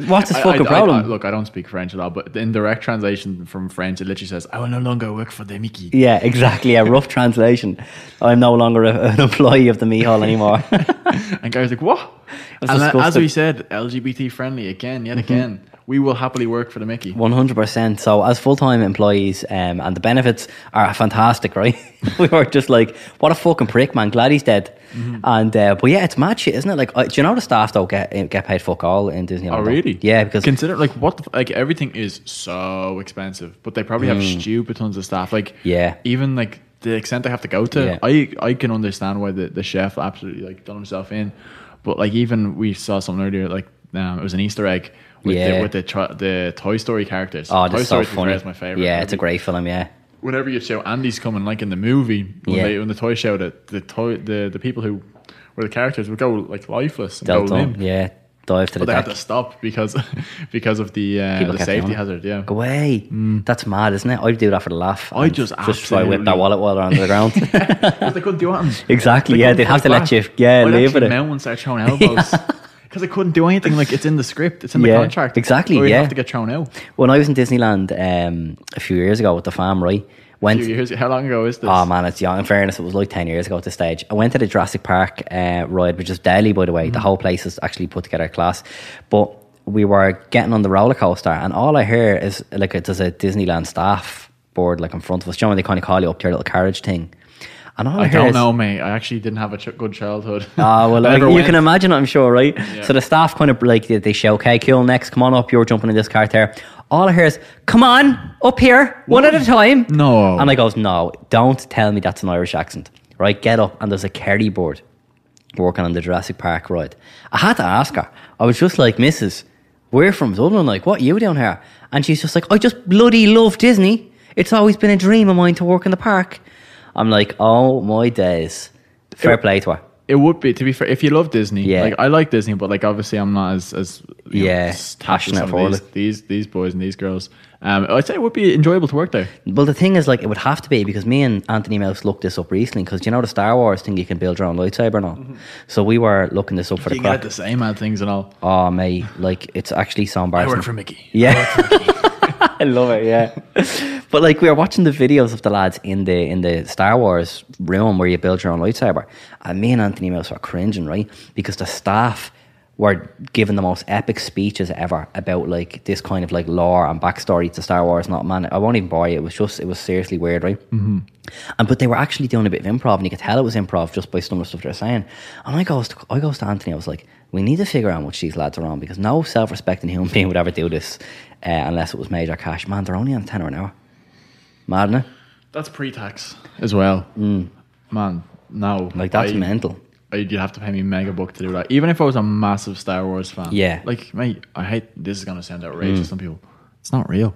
what's his I- fucking I- I- problem I- look, I don't speak French at all, but in direct translation from French, it literally says, "I will no longer work for the Mickey." yeah exactly a rough translation I'm no longer a, an employee of the Me Hall anymore And guys like, "What?" was And as disgusting. we said, LGBT friendly again, yet Mm-hmm. again. We will happily work for the Mickey. One hundred percent. So, as full-time employees, um, and the benefits are fantastic, right? we were just like, "What a fucking prick, man! Glad he's dead." Mm-hmm. And uh, but yeah, it's mad shit, isn't it? Like, uh, do you know the staff don't get get paid fuck all in Disneyland? Oh though? really? Yeah, because consider like what the, f- like everything is so expensive, but they probably have stupid tons of staff. Like Mm. Yeah. even like the extent they have to go to. Yeah. I I can understand why the, the chef absolutely like done himself in, but like even we saw something earlier like um, it was an Easter egg with Yeah. the with the, tri- the Toy Story characters. oh, Toy that's so to be fair, funny. is my favorite. Yeah, it's a movie. great film. Yeah, Whenever you show Andy's coming, like in the movie, when, Yeah. they, when the toy show that the toy the the people who were the characters would go like lifeless and Del go limp. Toro. Yeah, dive to the But they had deck. to stop because because of the uh, People the kept safety doing it. hazard. Yeah. Go away. That's mad, isn't it? I'd do that for the laugh. Mm. I and just just try whip that absolutely- wallet while they're on the ground. Because they couldn't do anything. Exactly, They yeah, couldn't they'd have fight to let back. you- yeah, I'd leave actually with it. Mount and start throwing elbows. Because they couldn't do anything. Like it's in the script. It's in the Yeah, contract. exactly, Or you'd yeah. have to get thrown out. when I was in Disneyland um, a few years ago with the fam, right? Went Few years- How long ago is this? Oh man, it's young. In fairness, it was like ten years ago at this stage. I went to the Jurassic Park uh, ride, which is deadly, by the way. The whole place is actually put together class, but we were getting on the roller coaster, and all I hear is like it does a Disneyland staff board like in front of us. Do you know when they kind of call you up to your little carriage thing? And all I, I hear don't is, know, mate. I actually didn't have a ch- good childhood. Oh, well, I like, never you went. can imagine it, I'm sure, right? So the staff kind of like, they, they shout, okay, cool, next, come on up, you're jumping in this car there. All I hear is, come on, up here, one at a time. No. And I goes, no, don't tell me that's an Irish accent, right? Get up, and there's a Kerry board working on the Jurassic Park ride. I had to ask her. I was just like, Mrs., we're from Dublin, like, what are you doing here? And she's just like, I just bloody love Disney. It's always been a dream of mine to work in the park. I'm like, oh my days. Fair play to her. It would be to be fair if you love Disney. Yeah. Like I like Disney, but like obviously I'm not as as you Yeah, as tapped with passionate some of for these, it. these these boys and these girls. Um, I'd say it would be enjoyable to work there. Well, the thing is, like, it would have to be because me and Anthony Mouse looked this up recently. Because you know the Star Wars thing, you can build your own lightsaber now. So we were looking this up for Mm-hmm. You the can get crack. the same ad things and all. Oh, mate, like it's actually so I embarrassing. work for Mickey. yeah, I love it. Yeah, but like we were watching the videos of the lads in the in the Star Wars room where you build your own lightsaber, and me and Anthony Mouse were cringing, right? Because the staff were giving the most epic speeches ever about like this kind of like lore and backstory to Star Wars. Not man, I won't even bore you. It was just it was seriously weird, right? And but they were actually doing a bit of improv, and you could tell it was improv just by some of the stuff they were saying. And I goes, to, I goes to Anthony. I was like, we need to figure out what these lads are on because no self-respecting human being would ever do this uh, unless it was major cash. Man, they're only on ten or an hour. Mad, innit? That's pre-tax as well. Man, no, Mm. Like that's I- mental. I- You'd have to pay me mega book to do that. Even if I was a massive Star Wars fan. Yeah. Mm. Like, mate, I hate this is gonna sound outrageous to some people. It's not real.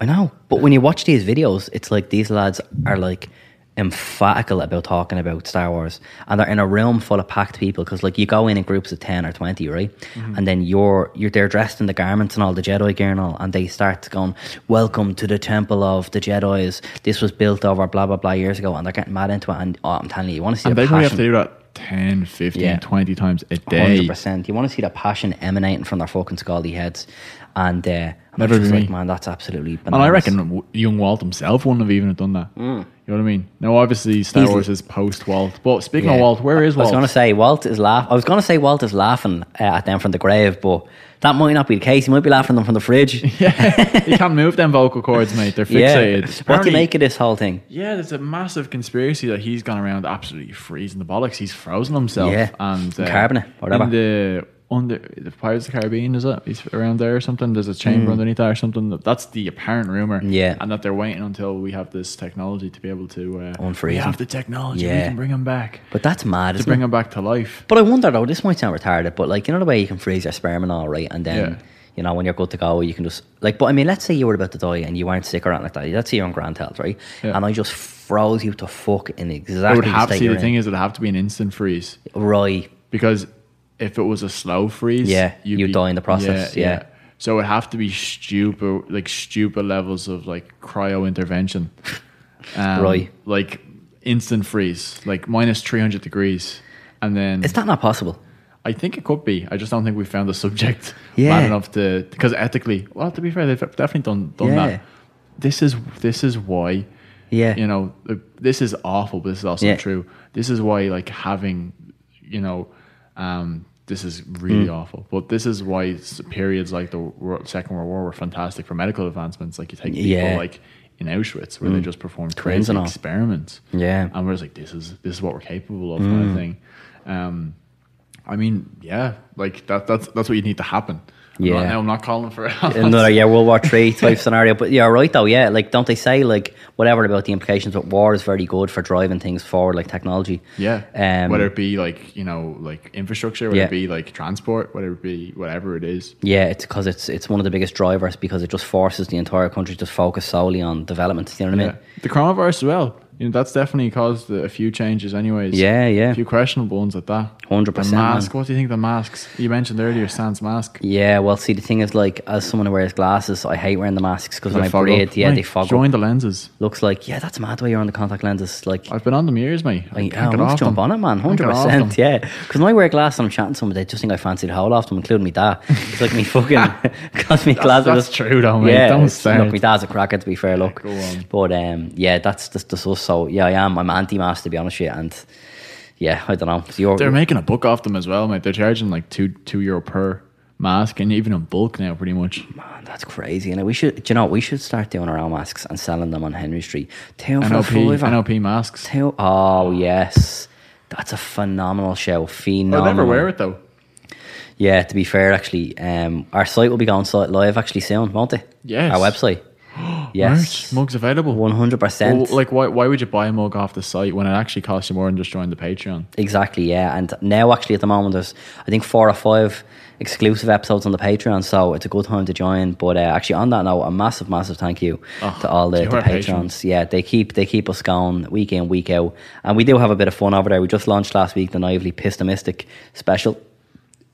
I know. But when you watch these videos, it's like these lads are like emphatical about talking about Star Wars and they're in a room full of packed people because like you go in in groups of 10 or 20 right Mm-hmm. and then you're you're they're dressed in the garments and all the Jedi gear and all and they start going welcome to the temple of the Jedi's this was built over blah blah blah years ago and they're getting mad into it and oh, I'm telling you you want to see And the they probably have passion to do that 10, 15, Yeah. 20 times a day. Hundred percent. You want to see the passion emanating from their fucking scaldy heads, and uh, and I Never was just be like, me. man, that's absolutely. Bananas. And I reckon w- young Walt himself wouldn't have even have done Hmm. that. You know what I mean? Now, obviously, Star He's- Wars is post Walt. But speaking Yeah. of Walt, where is I was Walt? going to say Walt is laugh. I was going to say Walt is laughing uh, at them from the grave, but that might not be the case. He might be laughing at them from the fridge. you can't move them vocal cords, mate. They're yeah. What fixated. do Apparently- you make of this whole thing? Yeah, there's a massive conspiracy that he's gone around absolutely freezing the bollocks. He's frozen himself. Yeah. and uh, Carbon it, whatever. In the under the Pirates of the Caribbean, is it? He's around there or something. There's a chamber underneath that or something. That's the apparent rumor. Hmm. Yeah. and that they're waiting until we have this technology to be able to uh, Unfreeze We him. have the technology. We Yeah. can bring him back. But that's mad. to Isn't bring it? him back to life. But I wonder though. This might sound retarded, but like you know the way you can freeze your sperm and all right, and then. Yeah. You know, when you're good to go, you can just like. But I mean, let's say you were about to die and you weren't sick or anything like that. Let's say you're on grand health, right? Yeah. And I just froze you to fuck in I exactly would have the to state see. you're The thing in. is, it'd have to be an instant freeze. right? because if it was a slow freeze, Yeah, you'd you'd die in the process, yeah. So it'd have to be stupid, like stupid levels of like cryo intervention, um, Right. Like instant freeze, like minus three hundred degrees, and then Is that not possible? I think it could be. I just don't think we found the subject Yeah. bad enough to because ethically, well, to be fair, they've definitely done done Yeah. that. This is this is why Yeah. you know like, this is awful but this is also Yeah. true this is why like having you know um this is really Mm. awful but this is why s- periods like the Wor- second world war were fantastic for medical advancements like you take people Yeah. like in auschwitz where they just performed crazy and all. experiments Yeah. Mm. and we're just like this is this is what we're capable of kind of thing um i mean yeah like that that's that's what you need to happen I'm not- Yeah. now i'm not calling for another yeah World War Three type scenario. But you're right though, yeah. Like, don't they say like whatever about the implications? But war is very good for driving things forward, like technology. Yeah. Um, whether it be like, you know, like infrastructure, whether Yeah. it be like transport, whether it be whatever it is. yeah, it's because it's it's one of the biggest drivers because it just forces the entire country to focus solely on development. You know what I mean? The coronavirus as well. you know, that's definitely caused a few changes, anyways. Yeah, yeah. A few questionable ones at that. 100%, The mask. man. What do you think of the masks? You mentioned earlier Sans mask. Yeah, well, see, the thing is, like, as someone who wears glasses, I hate wearing the masks because when They I fog breathe, up. yeah, Mate, they fog Join up. the lenses. Looks like, yeah, that's mad the way you're on the contact lenses. Like, I've been on them years, mate. I, I, can't I get must off oh, jump them. on it, man. Can't Hundred get off percent, them. yeah. Because when I wear glasses and I'm chatting to someone, they just think I fancy the whole of them, including me dad. It's like me fucking because me glasses. that's true though, mate. Don't it's- start. Look, me dad's a cracker to be fair. Look, go on. but um, yeah, that's that's the us. So yeah, I am. I'm anti-mask to be honest with you, and yeah, I don't know. So you're, They're making a book off them as well, mate. They're charging like two two euro per mask, and even in bulk now, pretty much. man, that's crazy. And we should, do you know, we should start doing our own masks and selling them on Henry Street. Two for a NOP, fiver. NOP masks. Two- Oh yes, that's a phenomenal show. Phenomenal. I'll never wear it though. Yeah, to be fair, actually, um, our site will be going si- live actually soon, won't it? Yes. Our website. Merch, yes. mugs available. One hundred Well, percent. Oh, like, why, why would you buy a mug off the site when it actually costs you more than just join the Patreon? Exactly. Yeah, and now actually at the moment there's I think four or five exclusive episodes on the Patreon, so it's a good time to join. But uh, actually, on that note, a massive, massive thank you Oh, to all the, to the our patrons. patrons. Yeah, they keep they keep us going week in week out, and we do have a bit of fun over there. We just launched last week the naively pessimistic special,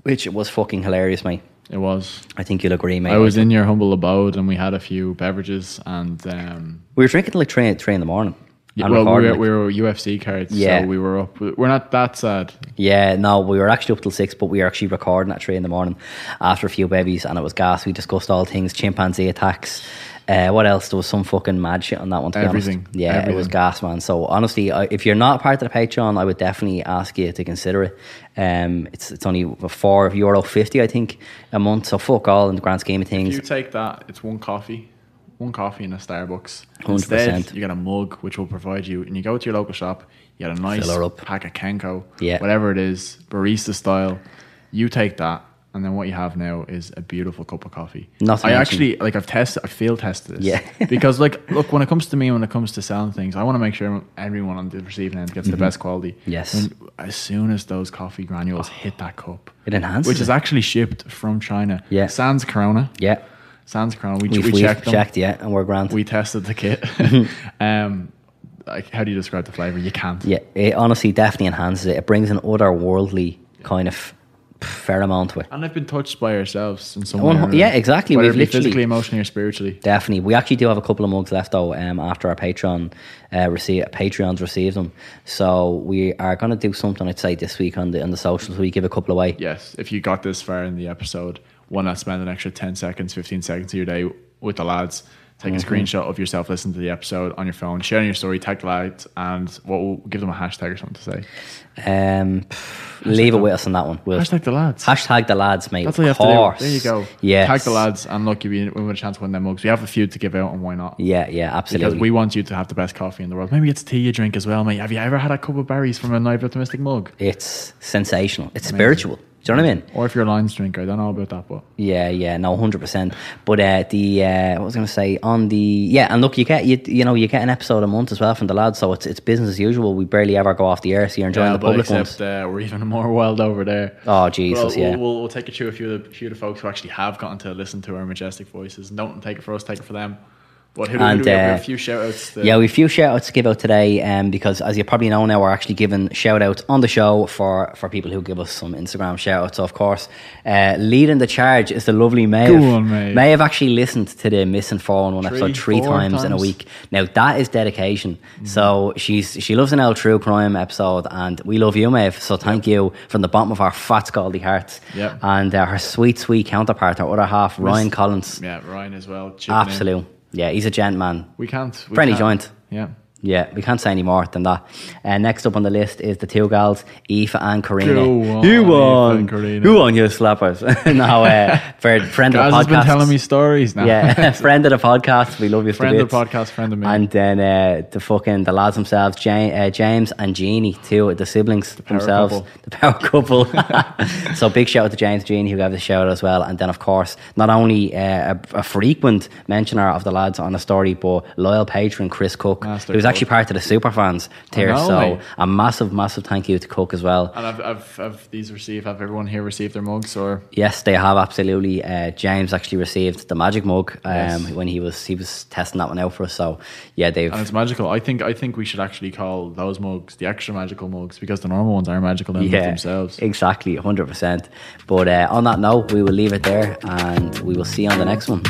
which was fucking hilarious, mate. It was. I think you'll agree, mate. I was in your humble abode, and we had a few beverages, and um, We were drinking till like three, three in the morning. yeah, and well, we recording, were, like- we were UFC cards, Yeah. so we were up. We're not that sad. yeah, no, we were actually up till six, but we were actually recording at three in the morning after a few babies, and it was gas. We discussed all things chimpanzee attacks. Uh, what else? There was some fucking mad shit on that one. To be honest. Everything, yeah, it was everything. gas, man. So honestly, I, if you're not a part of the Patreon, I would definitely ask you to consider it. Um, it's it's only four euro fifty, I think, a month. So fuck all in the grand scheme of If you things. take that, it's one coffee, one coffee in a Starbucks. 100%. Instead, you get a mug, which will provide you, and you go to your local shop. You get a nice Fill her up. pack of Kenko, Yeah. whatever it is, barista style. You take that, and then what you have now is a beautiful cup of coffee. Not to I mention- actually like. I've tested. I field tested this. Yeah. because like, look, when it comes to me, when it comes to selling things, I want to make sure everyone on the receiving end gets the best quality. Mm-hmm. Yes. Oh. And as soon as those coffee granules hit that cup, It enhances which is it. actually shipped from China. Yeah. Sans Corona. Yeah, Sans Corona. We, we've, we we've checked them. yeah, and we're grand. We tested the kit. um, like, how do you describe the flavor? You can't. Yeah, it honestly definitely enhances it. It brings an otherworldly kind of pheromone to it. And I've been touched by ourselves in some One way. or hu- yeah, another. exactly. Whether We've it be literally- physically, emotionally, or spiritually. Definitely. We actually do have a couple of mugs left though um, after our Patreon uh, receive Patreons receive them. So we are going to do something I'd say this week on the on the socials. We give a couple away. Yes. If you got this far in the episode, why not spend an extra 10 seconds, 15 seconds of your day with the lads? Take Mm-hmm. a screenshot of yourself listening to the episode on your phone, sharing your story, tag the lads, and what we'll give them a hashtag or something to say. Um, pff, leave it with us on that one. We'll, Hashtag the lads. Hashtag the lads, mate. That's of what you have course. to do. There you go. Yes. Tag the lads, and look, you'll be in with a chance to win them mugs. We have a few to give out, and why not? Yeah, yeah, Because absolutely. we want you to have the best coffee in the world. Maybe it's tea you drink as well, mate. Have you ever had a cup of berries from a naive optimistic mug? it's sensational. It's spiritual. Do you know what I mean? Or if you're a Lions drinker, I don't know about that, but Yeah, yeah, no, hundred percent. But uh, the uh, what was I going to say on the yeah, and look, you get you, you know you get an episode a month as well from the lads, so it's it's business as usual. We barely ever go off the air, so you're enjoying yeah, the but public ones. except uh, we're even more wild over there. Oh Jesus, well, yeah, We'll, we'll, we'll take it to a few of the few of the folks who actually have gotten to listen to our majestic voices. And don't take it for us, take it for them. But who, do- who And, do we have? We have uh, a few shout outs. yeah. We have a few shout outs to give out today, um, because as you probably know now, we're actually giving shout outs on the show for for people who give us some Instagram shout outs. Of course, uh, leading the charge is the lovely Maeve. Go on, Maeve. Maeve actually listened to the missing four on one episode three four times in a times. Mm-hmm. week. Now that is dedication. So she's she loves an old true crime episode, and we love you, Maeve. So thank you from the bottom of our fat scaldy hearts. Yep. And uh, her sweet, sweet counterpart, her other half, Ryan Collins. yeah, Ryan as well. chipping in. Absolute. Yeah, he's a gent man. We can't. We Friendly can't. joint. Yeah. Yeah, we can't say any more than that. Uh, next up on the list is the two gals, Aoife and Karina. Go on, you Aoife won. and Karina. You won, you slappers. no, uh, for friend of Gaz the podcast. has been telling me stories now. Yeah, friend of the podcast. We love you. to Friend of the bits. podcast, friend of me. And then uh, the fucking the lads themselves, James, uh, James and Jeannie, two of the siblings power themselves, couple. the power couple. so big shout out to James, Jeannie, who gave the shout out as well. And then of course, not only uh, a, a frequent mentioner of the lads on the story, but loyal patron Chris Cook, Master who's actually part of the superfans tier. know, so mate. a massive, massive thank you to Cook as well. And I've, I've, I've these received. Have everyone here received their mugs or? Yes, they have absolutely. Uh, James actually received the magic mug um, Yes. when he was he was testing that one out for us. So yeah, they've And it's magical. I think I think we should actually call those mugs the extra magical mugs because the normal ones are magical in and of yeah themselves. exactly hundred percent. But uh, on that note, we will leave it there, and we will see you on the next one.